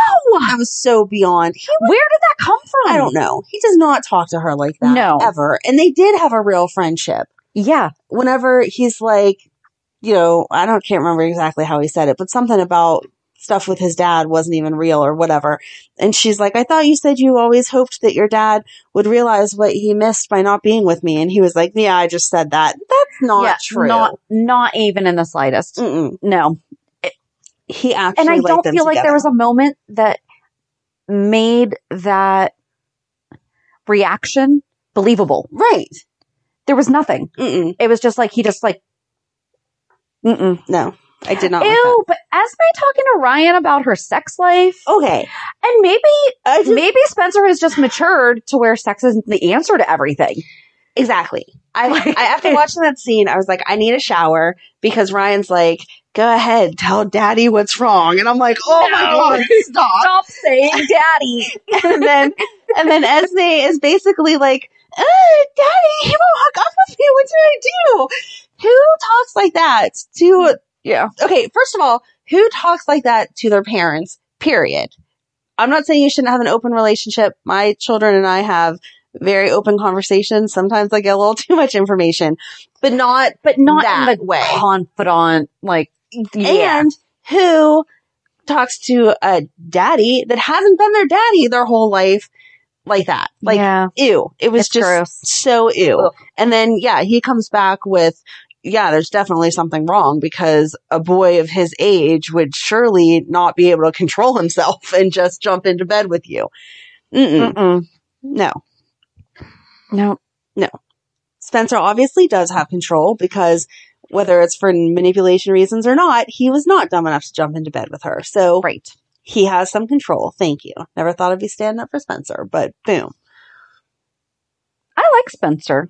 S1: I was so beyond. He was,
S2: Where did that come from?
S1: I don't know. He does not talk to her like that.
S2: Hmm. No.
S1: ever. And they did have a real friendship
S2: Yeah.
S1: whenever he's like, you know, I don't can't remember exactly how he said it, but something about stuff with his dad wasn't even real or whatever. And she's like, I thought you said you always hoped that your dad would realize what he missed by not being with me. And he was like, Yeah, I just said that. That's not
S2: yeah,
S1: true. Mm.
S2: Not, not even in the slightest.
S1: Mm-mm.
S2: No.
S1: He actually
S2: and I
S1: liked
S2: don't
S1: them
S2: feel like there
S1: together.
S2: was a moment that made that reaction believable.
S1: right.
S2: There was nothing.
S1: Mm-mm.
S2: It was just like he just like, mm-mm.
S1: No, I did not. like that.
S2: Mm. Ew, but Esme talking to Ryan about her sex life,
S1: Okay,
S2: and maybe
S1: I just-
S2: maybe Spencer has just matured to where sex isn't the answer to everything.
S1: Exactly. I, I after watching that scene, I was like, I need a shower because Ryan's like, go ahead, tell daddy what's wrong. And I'm like, oh my
S2: No.
S1: God, stop.
S2: Stop saying daddy.
S1: and then, and then Esme is basically like, oh, daddy, he won't hook up with me. What do I do? Who talks like that to,
S2: Yeah.
S1: okay, first of all, who talks like that to their parents? Period. I'm not saying you shouldn't have an open relationship. My children and I have very open conversations. Sometimes I get a little too much information, but not,
S2: But not
S1: That
S2: in the
S1: way.
S2: confidant, like, yeah.
S1: and who talks to a daddy that hasn't been their daddy their whole life like that. Like,
S2: yeah.
S1: ew. It was
S2: It's
S1: just
S2: gross.
S1: so ew.
S2: Ugh.
S1: And then, yeah, he comes back with, yeah, there's definitely something wrong because a boy of his age would surely not be able to control himself and just jump into bed with you. Mm-mm.
S2: Mm-mm.
S1: No.
S2: No.
S1: Spencer obviously does have control because whether it's for manipulation reasons or not, he was not dumb enough to jump into bed with her. So
S2: Right.
S1: he has some control. Thank you. Never thought I'd be standing up for Spencer, but boom.
S2: I like Spencer.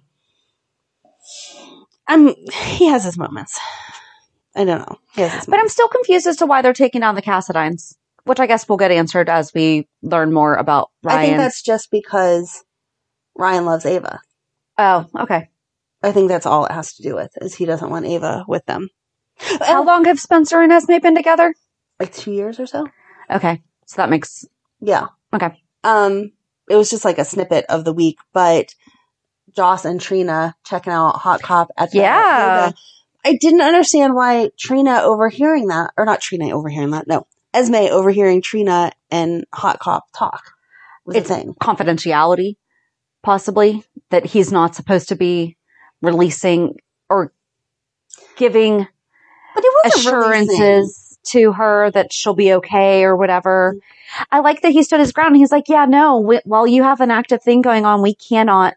S1: I'm, he has his moments. I don't know. He has his
S2: But I'm
S1: moments.
S2: still confused as to why they're taking down the Cassidines, which I guess will get answered as we learn more about Ryan.
S1: I think that's just because Ryan loves Ava.
S2: oh, okay.
S1: I think that's all it has to do with is he doesn't want Ava with them.
S2: How
S1: Oh,
S2: long have Spencer and Esme been together?
S1: like two years or so.
S2: Okay. So that makes
S1: Yeah.
S2: Okay.
S1: Um, it was just like a snippet of the week, but Joss and Trina checking out Hot Cop at the
S2: Yeah.
S1: yoga. I didn't understand why Trina overhearing that, or not Trina overhearing that. No, Esme overhearing Trina and Hot Cop talk was
S2: It's-
S1: a thing.
S2: confidentiality, possibly, that he's not supposed to be releasing or giving
S1: But it was
S2: assurances to her that she'll be okay or whatever. I like that he stood his ground. He's like, yeah, no, we, while you have an active thing going on, we cannot.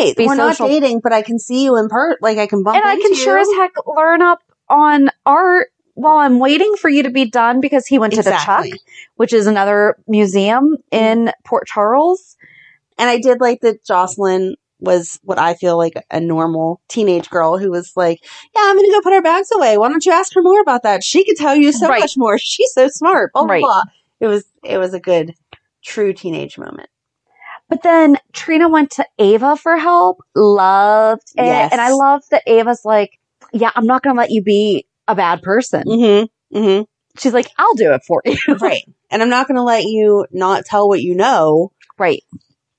S1: Right.
S2: Be
S1: We're
S2: social.
S1: not dating, but I can see you in part. Like I can bump
S2: and I can
S1: into
S2: sure
S1: you.
S2: as heck learn up on art while I'm waiting for you to be done because he went to
S1: Exactly.
S2: the Chuck, which is another museum in Port Charles.
S1: And I did like that Jocelyn was what I feel like a normal teenage girl who was like, Yeah, I'm going to go put her bags away. Why don't you ask her more about that? She could tell you so
S2: Right.
S1: much more. She's so smart. Blah, blah,
S2: Right.
S1: blah. It was, it was a good, true teenage moment.
S2: But then Trina went to Ava for help, loved it.
S1: Yes.
S2: And I love that Ava's like, yeah, I'm not going to let you be a bad person.
S1: Mm-hmm. Mm-hmm.
S2: She's like, I'll do it for you.
S1: Right. And I'm not going to let you not tell what you know
S2: right.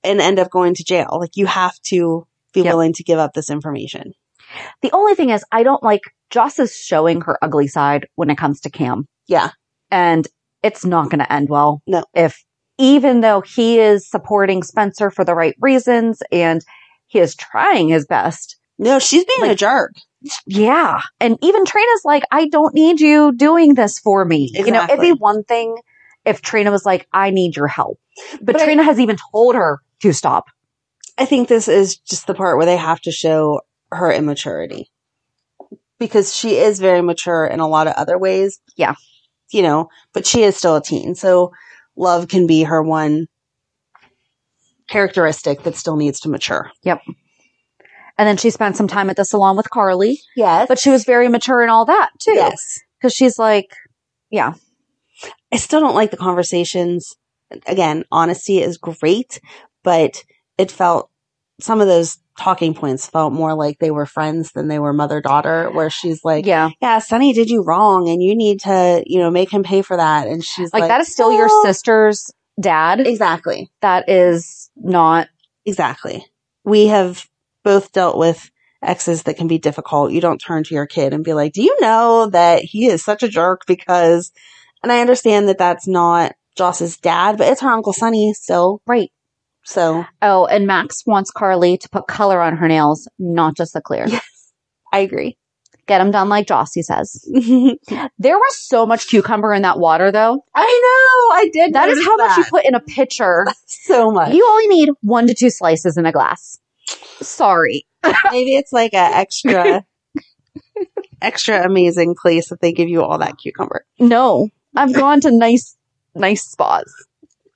S1: and end up going to jail. Like you have to be
S2: Yep.
S1: willing to give up this information.
S2: The only thing is, I don't like Joss is showing her ugly side when it comes to Cam.
S1: Yeah.
S2: And it's not going to end well.
S1: No.
S2: If even though he is supporting Spencer for the right reasons and he is trying his best.
S1: No, she's being a
S2: Like-
S1: jerk.
S2: Yeah. And even Trina's like, I don't need you doing this for me. You know, it'd
S1: Exactly.
S2: be one thing if Trina was like, I need your help. But,
S1: But I-
S2: Trina has even told her to stop.
S1: I think this is just the part where they have to show her immaturity because she is very mature in a lot of other ways.
S2: Yeah.
S1: You know, but she is still a teen. So love can be her one characteristic that still needs to mature.
S2: And then she spent some time at the salon with Carly,
S1: Yes.
S2: but she was very mature in all that too.
S1: yes.
S2: Cause she's like,
S1: I still don't like the conversations. Again, honesty is great, but it felt some of those talking points felt more like they were friends than they were mother daughter, where she's like,
S2: yeah,
S1: yeah, Sonny did you wrong and you need to, you know, make him pay for that. And she's
S2: like,
S1: like,
S2: that is still your
S1: "Oh."
S2: sister's dad.
S1: Exactly.
S2: That is not
S1: Exactly. We have both dealt with exes that can be difficult. You don't turn to your kid and be like, do you know that he is such a jerk because, and I understand that that's not Joss's dad, but it's her uncle Sonny still.
S2: right.
S1: So
S2: Oh, and Max wants Carly to put color on her nails, not just the clear.
S1: Yeah. I agree.
S2: Get them done like Joss, he says. There was so much cucumber in that water, though.
S1: I know. I did.
S2: That is
S1: notice
S2: how much you
S1: that.
S2: put in a pitcher.
S1: So much.
S2: You only need one to two slices in a glass. Sorry.
S1: Maybe it's like a extra, extra amazing place that they give you all that cucumber.
S2: No, I've gone to nice, nice spas.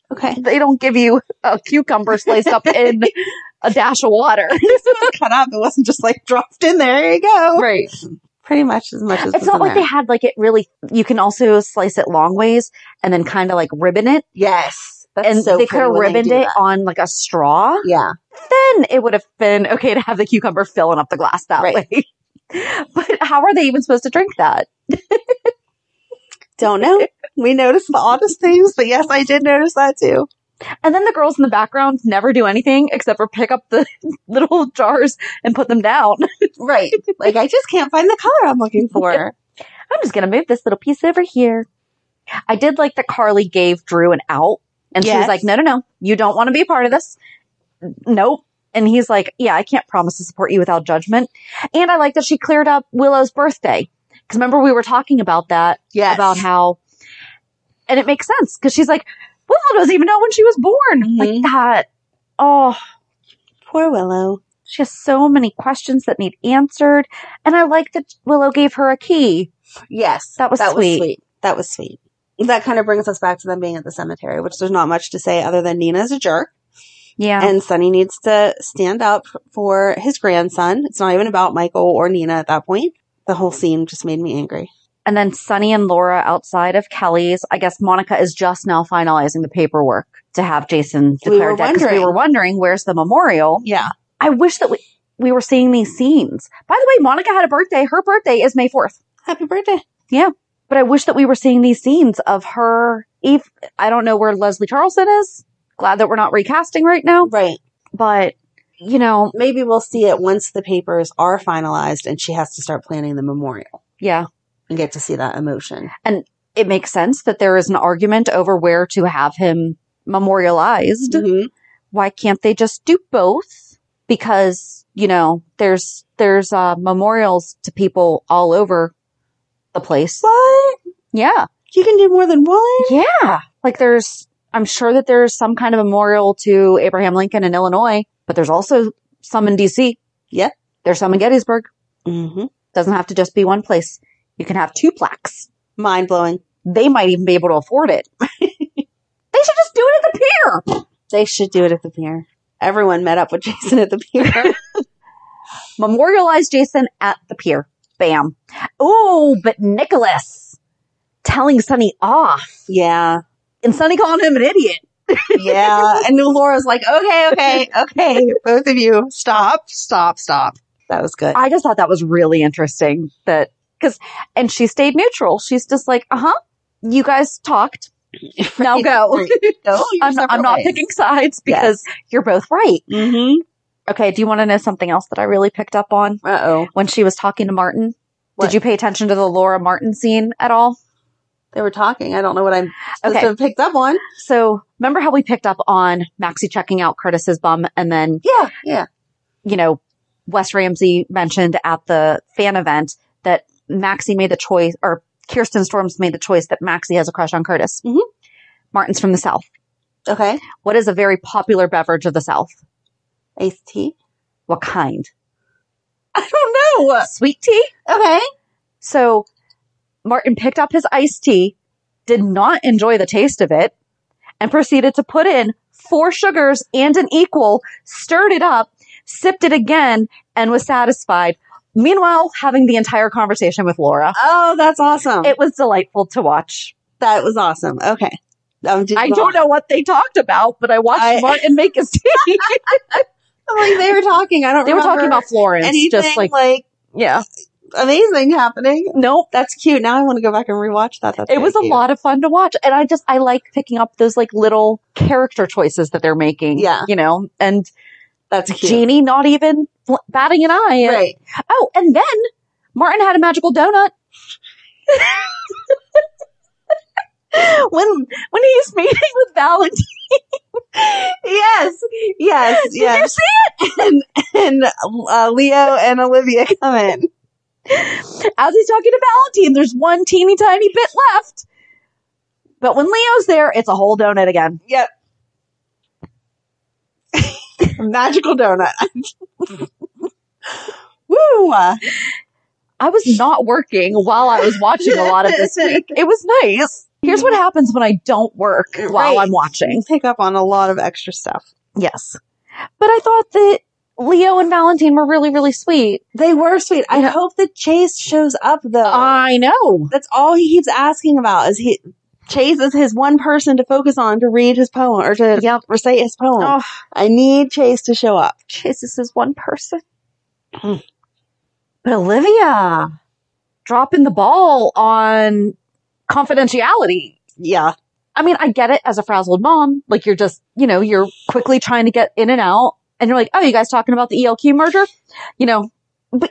S1: Okay.
S2: They don't give you a cucumber sliced up in a dash of water.
S1: cut up. It wasn't just like dropped in there. There you go.
S2: Right.
S1: Pretty much as much as
S2: It's not like they had like it really. You can also slice it long ways and then kind of like ribbon it.
S1: Yes. That's
S2: and
S1: so
S2: they could have
S1: cool when they
S2: ribboned
S1: do
S2: it
S1: that.
S2: on like a straw.
S1: Yeah.
S2: Then it would have been okay to have the cucumber filling up the glass that
S1: Right.
S2: way. but how are they even supposed to drink that?
S1: Don't know. we noticed the oddest things, but yes, I did notice that too.
S2: And then the girls in the background never do anything except for pick up the little jars and put them down.
S1: Right. Like I just can't find the color I'm looking for.
S2: I'm just going to move this little piece over here. I did like that Carly gave Drew an out and she was
S1: Yes.
S2: like, no, no, no, you don't want to be a part of this. Nope. And he's like, yeah, I can't promise to support you without judgment. And I like that she cleared up Willow's birthday. Cause remember we were talking about that,
S1: Yes.
S2: about how, and it makes sense because she's like, Willow doesn't even know when she was born. Like
S1: Mhm.
S2: that. Oh,
S1: Poor Willow.
S2: she has so many questions that need answered. And I like that Willow gave her a key.
S1: Yes.
S2: That was
S1: that
S2: sweet.
S1: was sweet. That was sweet. That kind of brings us back to them being at the cemetery, which there's not much to say other than Nina's a jerk.
S2: Yeah.
S1: And Sonny needs to stand up for his grandson. It's not even about Michael or Nina at that point. The whole scene just made me angry.
S2: And then Sunny and Laura outside of Kelly's. I guess Monica is just now finalizing the paperwork to have Jason
S1: We were
S2: declared dead because we
S1: wondering.
S2: were wondering where's the memorial.
S1: Yeah.
S2: I wish that we we were seeing these scenes. By the way, Monica had a birthday. Her birthday is May fourth.
S1: Happy birthday.
S2: But I wish that we were seeing these scenes of her. If I don't know where Leslie Charleston is. Glad that we're not recasting right now.
S1: Right.
S2: But you know,
S1: Maybe we'll see it once the papers are finalized and she has to start planning the memorial
S2: yeah,
S1: and get to see that emotion.
S2: it makes sense that there is an argument over where to have him memorialized.
S1: Mm-hmm.
S2: why can't they just do both? Because, you know, there's, there's, uh, memorials to people all over the place.
S1: What?
S2: Yeah.
S1: You can do more than one?
S2: Yeah. Like there's, I'm sure that there's some kind of memorial to Abraham Lincoln in Illinois, but there's also some in DC.
S1: Yep.
S2: There's some in Gettysburg.
S1: Mm-hmm.
S2: Doesn't have to just be one place. You can have two plaques.
S1: Mind blowing.
S2: They might even be able to afford it. they should just do it at the pier.
S1: They should do it at the pier. Everyone met up with Jason at the pier.
S2: memorialize Jason at the pier. Bam. Oh, but Nicholas telling Sonny off
S1: yeah.
S2: and Sonny calling him an idiot.
S1: Yeah. And Laura's like, okay, okay, okay. Both of you, stop, stop, stop. That was good.
S2: I just thought that was really interesting that because, and she stayed neutral. She's just like, uh huh. You guys talked. Now go.
S1: Go your
S2: I'm, I'm
S1: separate
S2: not
S1: ways.
S2: picking sides because you're both right.
S1: Mm-hmm.
S2: Okay. Do you want to know something else that I really picked up on
S1: Uh oh.
S2: when she was talking to Martin?
S1: What?
S2: Did you pay attention to the Laura Martin scene at all?
S1: They were talking. I don't know what I'm supposed
S2: Okay.
S1: to have picked up on.
S2: So remember how we picked up on Maxie checking out Curtis's bum and then,
S1: Yeah. Yeah.
S2: you know, Wes Ramsey mentioned at the fan event that Maxie made the choice or Kirsten Storms made the choice that Maxie has a crush on Curtis.
S1: Mhm.
S2: Martin's from the South.
S1: Okay.
S2: What is a very popular beverage of the South?
S1: Iced tea.
S2: What kind?
S1: I don't know.
S2: Uh, Sweet tea?
S1: Okay.
S2: So Martin picked up his iced tea, did not enjoy the taste of it, and proceeded to put in four sugars and an equal, stirred it up, sipped it again, and was satisfied. Meanwhile, having the entire conversation with Laura.
S1: Oh, that's awesome.
S2: It was delightful to watch.
S1: that was awesome. Okay. Um, did
S2: I
S1: not-
S2: don't know what they talked about, but I watched
S1: I-
S2: Martin make his tea.
S1: I'm like, they were talking. I don't
S2: they were talking
S1: remember
S2: about Florence.
S1: anything
S2: Just
S1: like,
S2: like, yeah.
S1: amazing happening.
S2: Nope.
S1: That's cute. Now I want to go back and rewatch that. That's
S2: it was a
S1: very cute.
S2: lot of fun to watch and i just i like picking up those like little character choices that they're making
S1: Yeah.
S2: you know and
S1: That's cute.
S2: jeannie not even fl- batting an eye at-
S1: Right.
S2: oh and then martin had a magical donut when when he's meeting with valentine
S1: Yes. Yes.
S2: did you
S1: Yes.
S2: see
S1: and and uh, Leo and Olivia come in.
S2: as he's talking to valentine there's one teeny tiny bit left but when leo's there it's a whole donut again
S1: Yep. Magical donut. Woo!
S2: I was not working while I was watching a lot of this week. It was nice. Here's what happens when I don't work while
S1: Right.
S2: I'm watching.
S1: Pick up on a lot of extra stuff.
S2: Yes. But I thought that Leo and Valentine were really, really sweet.
S1: They were sweet. I hope that Chase shows up though.
S2: I know.
S1: That's all he keeps asking about is he Chase is his one person to focus on to read his poem or to
S2: Yep.
S1: recite his poem.
S2: Oh,
S1: I need Chase to show up.
S2: Chase, this is one person. but Olivia dropping the ball on confidentiality.
S1: Yeah.
S2: I mean, I get it as a frazzled mom. Like you're just, you know, you're quickly trying to get in and out and you're like, oh, you guys talking about the ELQ merger? You know,
S1: No,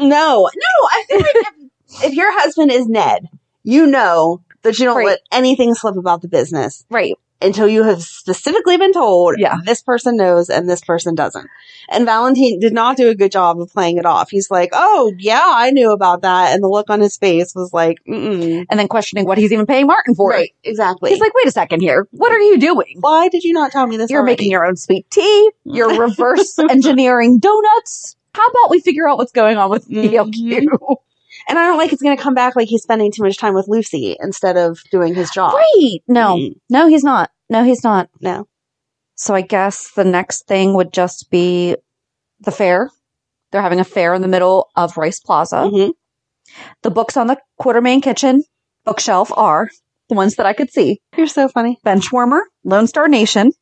S1: no. I feel like if, if your husband is Ned, you know that you don't
S2: Right.
S1: let anything slip about the business
S2: right.
S1: until you have specifically been told
S2: Yeah.
S1: this person knows and this person doesn't. And Valentine did not do a good job of playing it off. He's like, oh, yeah, I knew about that. And the look on his face was like, mm
S2: And then questioning what he's even paying Martin for.
S1: Right, exactly.
S2: He's like, wait a second here. What are you doing?
S1: why did you not tell me this?
S2: You're
S1: already?
S2: making your own sweet tea. You're reverse engineering donuts. E How about we figure out what's going on with ELQ?
S1: Mm-hmm. And I don't like it's going to come back like he's spending too much time with Lucy instead of doing his job.
S2: Right. No,
S1: Mm.
S2: no, he's not. No, he's not.
S1: No.
S2: So I guess the next thing would just be the fair. They're having a fair in the middle of Rice Plaza.
S1: Mhm.
S2: The books on the Quartermain Kitchen bookshelf are the ones that I could see.
S1: You're so funny.
S2: Benchwarmer, Lone Star Nation,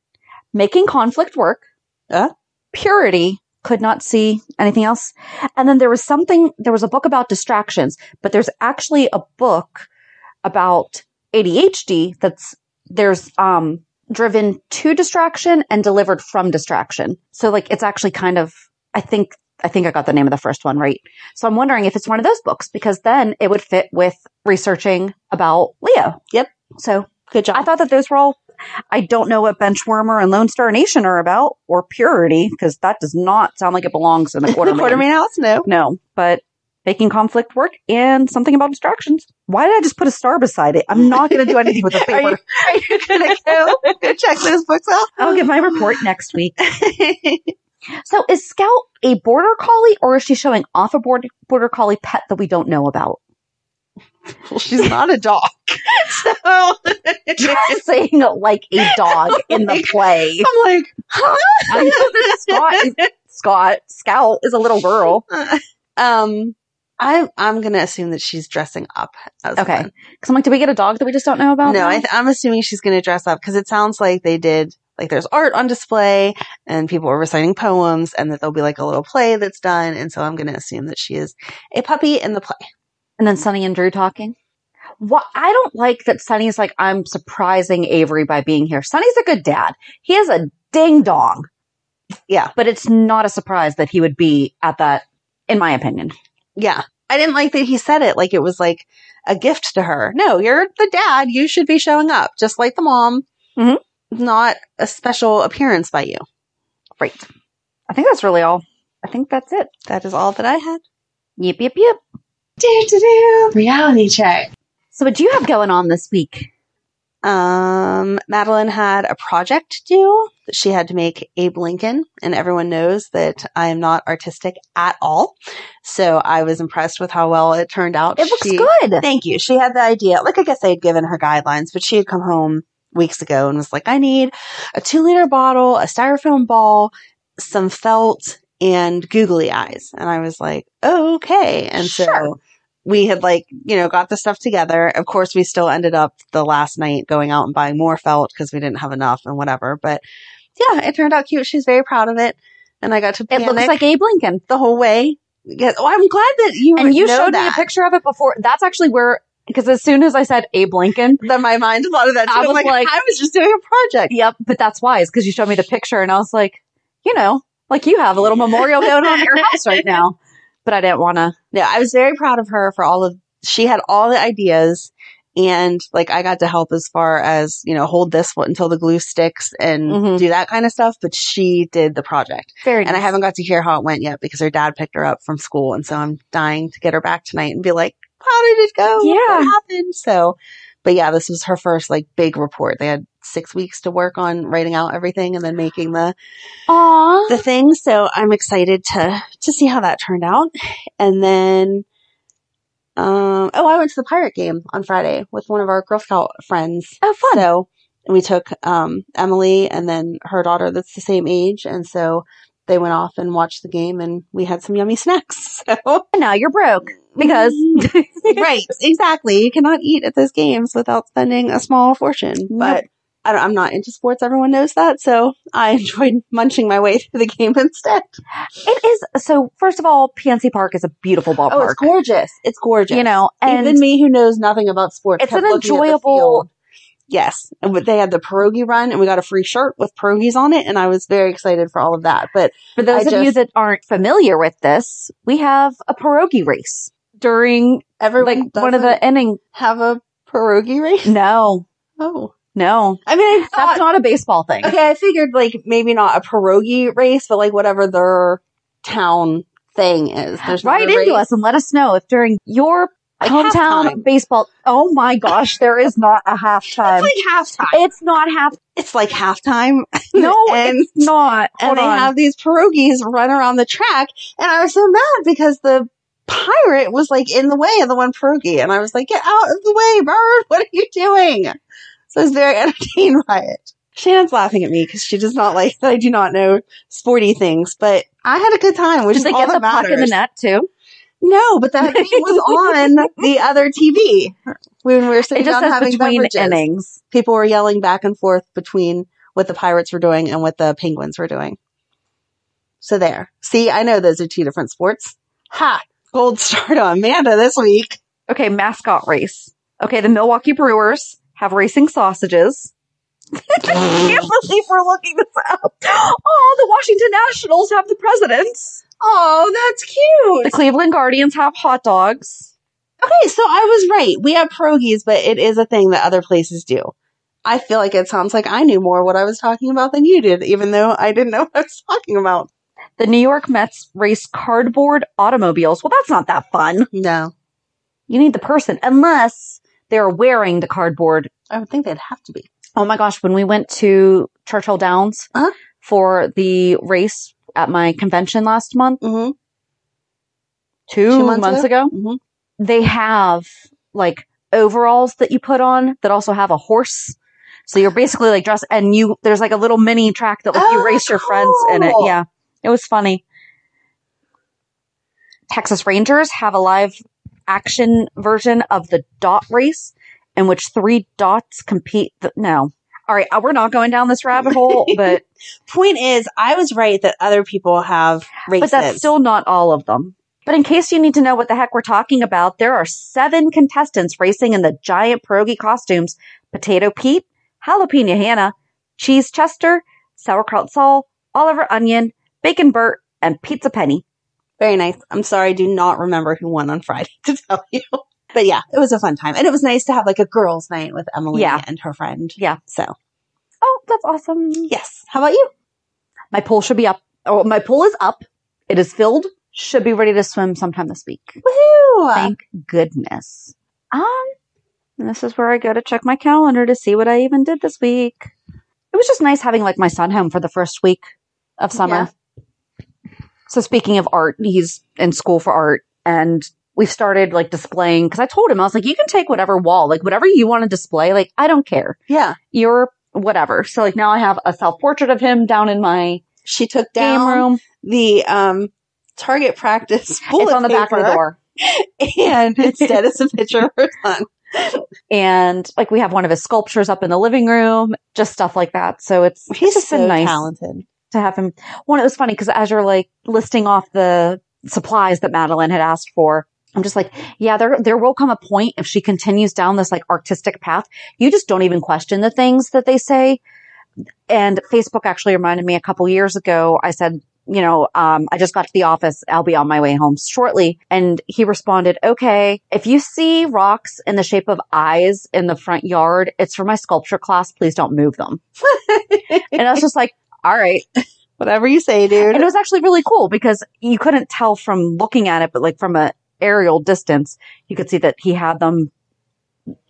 S2: Making Conflict Work,
S1: Uh?
S2: Purity, could not see anything else. And then there was something, there was a book about distractions, but there's actually a book about ADHD that's, there's, um, driven to distraction and delivered from distraction. So like it's actually kind of, I think, I think I got the name of the first one right. So I'm wondering if it's one of those books because then it would fit with researching about Leo.
S1: Yep.
S2: So
S1: Good job.
S2: I thought that those were all. I don't know what Benchwarmer and Lone Star Nation are about, or Purity, because that does not sound like it belongs in the
S1: the
S2: Quartermain.
S1: Quartermain House? No.
S2: No, but making conflict work and something about distractions. Why did I just put a star beside it? I'm not going to do anything with the
S1: Are
S2: paper.
S1: you, are you gonna go, go check those books out?
S2: I'll give my report next week. So, is Scout a border collie, or is she showing off a border border collie pet that we don't know about?
S1: well, she's not a dog, so I'm
S2: Saying like a dog in the play.
S1: like,
S2: Scott,
S1: huh?
S2: is, Scott Scout is a little girl.
S1: um, I'm I'm gonna assume that she's dressing up. As
S2: Okay.
S1: one.
S2: Because I'm like, did we get a dog that we just don't know about?
S1: no,
S2: now?
S1: I th- I'm assuming she's gonna dress up because it sounds like they did. Like there's art on display and people are reciting poems and that there'll be like a little play that's done. And so I'm going to assume that she is a puppy in the play.
S2: and then Sunny and Drew talking. What I don't like that Sunny's like, I'm surprising Avery by being here. Sunny's a good dad. He is a ding dong.
S1: Yeah.
S2: But it's not a surprise that he would be at that, in my opinion.
S1: Yeah. I didn't like that he said it like it was like a gift to her. No, you're the dad. You should be showing up just like the mom.
S2: Mhm.
S1: Not a special appearance by you.
S2: Right. I think that's really all. I think that's it.
S1: That is all that I had.
S2: Yep, yep, yep.
S1: Do, do, do.
S3: Reality check.
S2: So what do you have going on this week?
S1: Um, Madeline had a project due that she had to make Abe Lincoln, and everyone knows that I am not artistic at all. So I was impressed with how well it turned out.
S2: It looks
S1: She-
S2: good.
S1: Thank you. She had the idea. Like, I guess I had given her guidelines, but she had come home weeks ago and was like, I need a two liter bottle, a styrofoam ball, some felt, and googly eyes. And I was like, okay. And
S2: Sure.
S1: so we had like, you know, got the stuff together. Of course, we still ended up the last night going out and buying more felt because we didn't have enough and whatever. But yeah, it turned out cute. She's very proud of it. And I got to
S2: It
S1: panic
S2: looks like Abe Lincoln.
S1: the whole way. Yeah, oh, I'm glad that you
S2: And you
S1: know
S2: showed me a
S1: that.
S2: picture of it before. That's actually where, because as soon as I said Abe Lincoln,
S1: that my mind thought of that too.
S2: I
S1: I
S2: was
S1: like,
S2: like-
S1: I was just doing a project.
S2: Yep, but that's wise because you showed me the picture and I was like, you know, like you have a little memorial going on at your house right now. But I didn't want to.
S1: No, I was very proud of her for all of. She had all the ideas, and like I got to help as far as you know, hold this one until the glue sticks and
S2: Mhm.
S1: do that kind of stuff. But she did the project,
S2: Very.
S1: and I haven't got to hear how it went yet because her dad picked her up from school, and so I'm dying to get her back tonight and be like, how did it go?
S2: Yeah.
S1: what happened? So, but yeah, this was her first like big report. They had six weeks to work on writing out everything and then making the
S2: Aw.
S1: the thing. So I'm excited to to see how that turned out. And then, um, oh, I went to the pirate game on Friday with one of our Girl Scout friends.
S2: Oh, fun.
S1: So we took um Emily and then her daughter that's the same age, and so they went off and watched the game, and we had some yummy snacks. So
S2: And now you're broke because
S1: right. Exactly. You cannot eat at those games without spending a small fortune. But I don't, I'm not into sports. Everyone knows that. So I enjoyed munching my way through the game instead.
S2: It is so. First of all, PNC Park is a beautiful ballpark.
S1: Oh, it's gorgeous. It's gorgeous.
S2: You know, and
S1: even me who knows nothing about sports.
S2: It's
S1: kept
S2: an
S1: looking at the
S2: enjoyable-
S1: field. Yes, and but they had the pierogi run, and we got a free shirt with pierogies on it, and I was very excited for all of that. But
S2: For those
S1: I
S2: of you
S1: just-
S2: that aren't familiar with this, we have a pierogi race during
S1: everyone
S2: like one of the inning.
S1: have a pierogi race.
S2: No,
S1: Oh,
S2: no,
S1: I mean, I
S2: that's
S1: thought-
S2: not a baseball thing.
S1: okay. I figured like maybe not a pierogi race, but like whatever their town thing is. There's
S2: Write
S1: another
S2: into
S1: race.
S2: us and let us know if during your
S1: Like
S2: hometown
S1: halftime.
S2: baseball. Oh my gosh, there is not a halftime.
S1: It's like halftime.
S2: It's not half.
S1: It's like halftime.
S2: No,
S1: And-
S2: it's not. Hold
S1: and they
S2: on.
S1: have these pierogies run around the track. And I was so mad because the pirate was like in the way of the one pierogi, and I was like, "Get out of the way, bird! What are you doing?" So I was very entertained by it. Shannon's laughing at me because she does not like that I do not know sporty things, but I had a good time, which
S2: Did
S1: is
S2: they
S1: all
S2: get the
S1: that matters.
S2: puck in the net too?
S1: No, but that game was on the other TV when we were sitting
S2: It just
S1: down
S2: says
S1: having
S2: between
S1: beverages.
S2: innings.
S1: People were yelling back and forth between what the pirates were doing and what the penguins were doing. So there. See, I know those are two different sports. Ha! Gold star to Amanda this week.
S2: Okay, mascot race. Okay, the Milwaukee Brewers have racing sausages. I can't believe we're looking this up. Oh, the Washington Nationals have the presidents.
S1: Oh, that's
S2: The
S1: cute.
S2: Cleveland Guardians have hot dogs.
S1: Okay, so I was right. We have pierogies, but it is a thing that other places do. I feel like it sounds like I knew more what I was talking about than you did, even though I didn't know what I was talking about.
S2: The New York Mets race cardboard automobiles. Well, that's not that fun.
S1: No.
S2: You need the person, unless they're wearing the cardboard.
S1: I would think they'd have to be.
S2: Oh my gosh, when we went to Churchill Downs
S1: Huh?
S2: for the race at my convention last month,
S1: Mm-hmm.
S2: two,
S1: Two months
S2: months, ago
S1: Mhm.
S2: they have like overalls that you put on that also have a horse. So you're basically like dressed and you, there's like a little mini track that like
S1: Oh,
S2: you race your friends in it.
S1: cool.
S2: Yeah. It was funny. Texas Rangers have a live action version of the dot race in which three dots compete. Th- no. All right. uh, We're not going down this rabbit hole, but,
S1: Point is, I was right that other people have
S2: but
S1: races.
S2: that's still not all of them. But in case you need to know what the heck we're talking about, there are seven contestants racing in the giant pierogi costumes Potato Pete, Jalapeno Hannah, Cheese Chester, Sauerkraut Saul, Oliver Onion, Bacon Burt, and Pizza Penny.
S1: very nice. I'm sorry, I do not remember who won on Friday to tell you. But yeah, it was a fun time, and it was nice to have like a girls' night with Emily
S2: Yeah.
S1: and her friend.
S2: Yeah.
S1: So
S2: Oh, that's awesome.
S1: yes, how about you?
S2: My pool should be up. Oh, my pool is up. It is filled. Should be ready to swim sometime this week.
S1: Woohoo!
S2: Thank goodness. Um, and this is where I go to check my calendar to see what I even did this week. It was just nice having like my son home for the first week of summer. So speaking of art, he's in school for art and we've started like displaying because I told him I was like, you can take whatever wall, like whatever you want to display. Like I don't care.
S1: yeah,
S2: You're whatever. So like now I have a self portrait of him down in my
S1: she took
S2: game
S1: down
S2: room.
S1: the um target practice bullet
S2: it's on the back of the
S1: paper,
S2: door.
S1: and instead it's a picture of her son.
S2: and like we have one of his sculptures up in the living room, just stuff like that. So it's it's just
S1: so
S2: been nice
S1: talented.
S2: to have him. One, it was funny because as you're like listing off the supplies that Madeline had asked for, I'm just like, yeah, there there will come a point if she continues down this like artistic path, you just don't even question the things that they say. And Facebook actually reminded me a couple years ago. I said, you know, um, I just got to the office. I'll be on my way home shortly. And he responded, okay, if you see rocks in the shape of eyes in the front yard, it's for my sculpture class. Please don't move them. and I was just like, all right.
S1: Whatever you say, dude.
S2: And it was actually really cool because you couldn't tell from looking at it, but like from a aerial distance, you could see that he had them.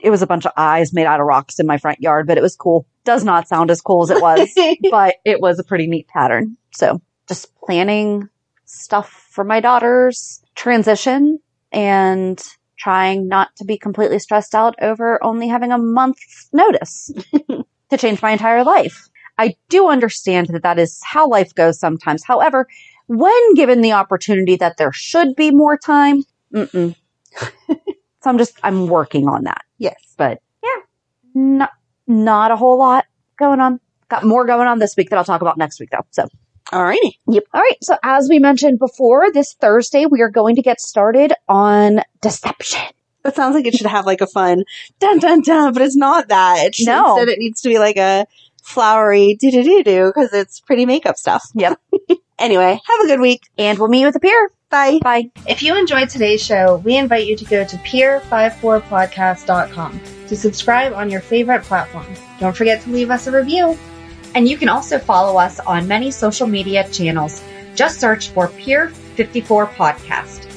S2: It was a bunch of eyes made out of rocks in my front yard, but it was cool. Does not sound as cool as it was, but it was a pretty neat pattern. So just planning stuff for my daughter's transition and trying not to be completely stressed out over only having a month's notice to change my entire life. I do understand that that is how life goes sometimes. However, when given the opportunity that there should be more time, mm-mm.
S4: So I'm just, I'm working on that.
S1: Yes.
S4: But yeah, not, not a whole lot going on. Got more going on this week that I'll talk about next week though. So.
S1: Alrighty.
S4: Yep. All right. So as we mentioned before, this Thursday we are going to get started on deception.
S1: That sounds like it should have like a fun dun dun dun, but it's not that. It should-
S4: No.
S1: Instead, it needs to be like a flowery do do do do because it's pretty makeup stuff.
S4: Yep.
S1: anyway, have a good week.
S4: And we'll meet you at the pier.
S1: Bye.
S4: Bye.
S2: If you enjoyed today's show, we invite you to go to peer54podcast.com to subscribe on your favorite platform. Don't forget to leave us a review. And you can also follow us on many social media channels. Just search for Peer54 Podcast.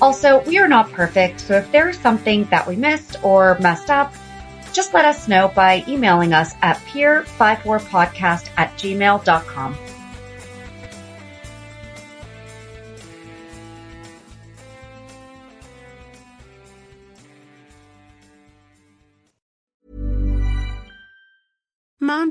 S2: Also, we are not perfect, so if there is something that we missed or messed up, just let us know by emailing us at peer54podcast at gmail.com.
S5: Mom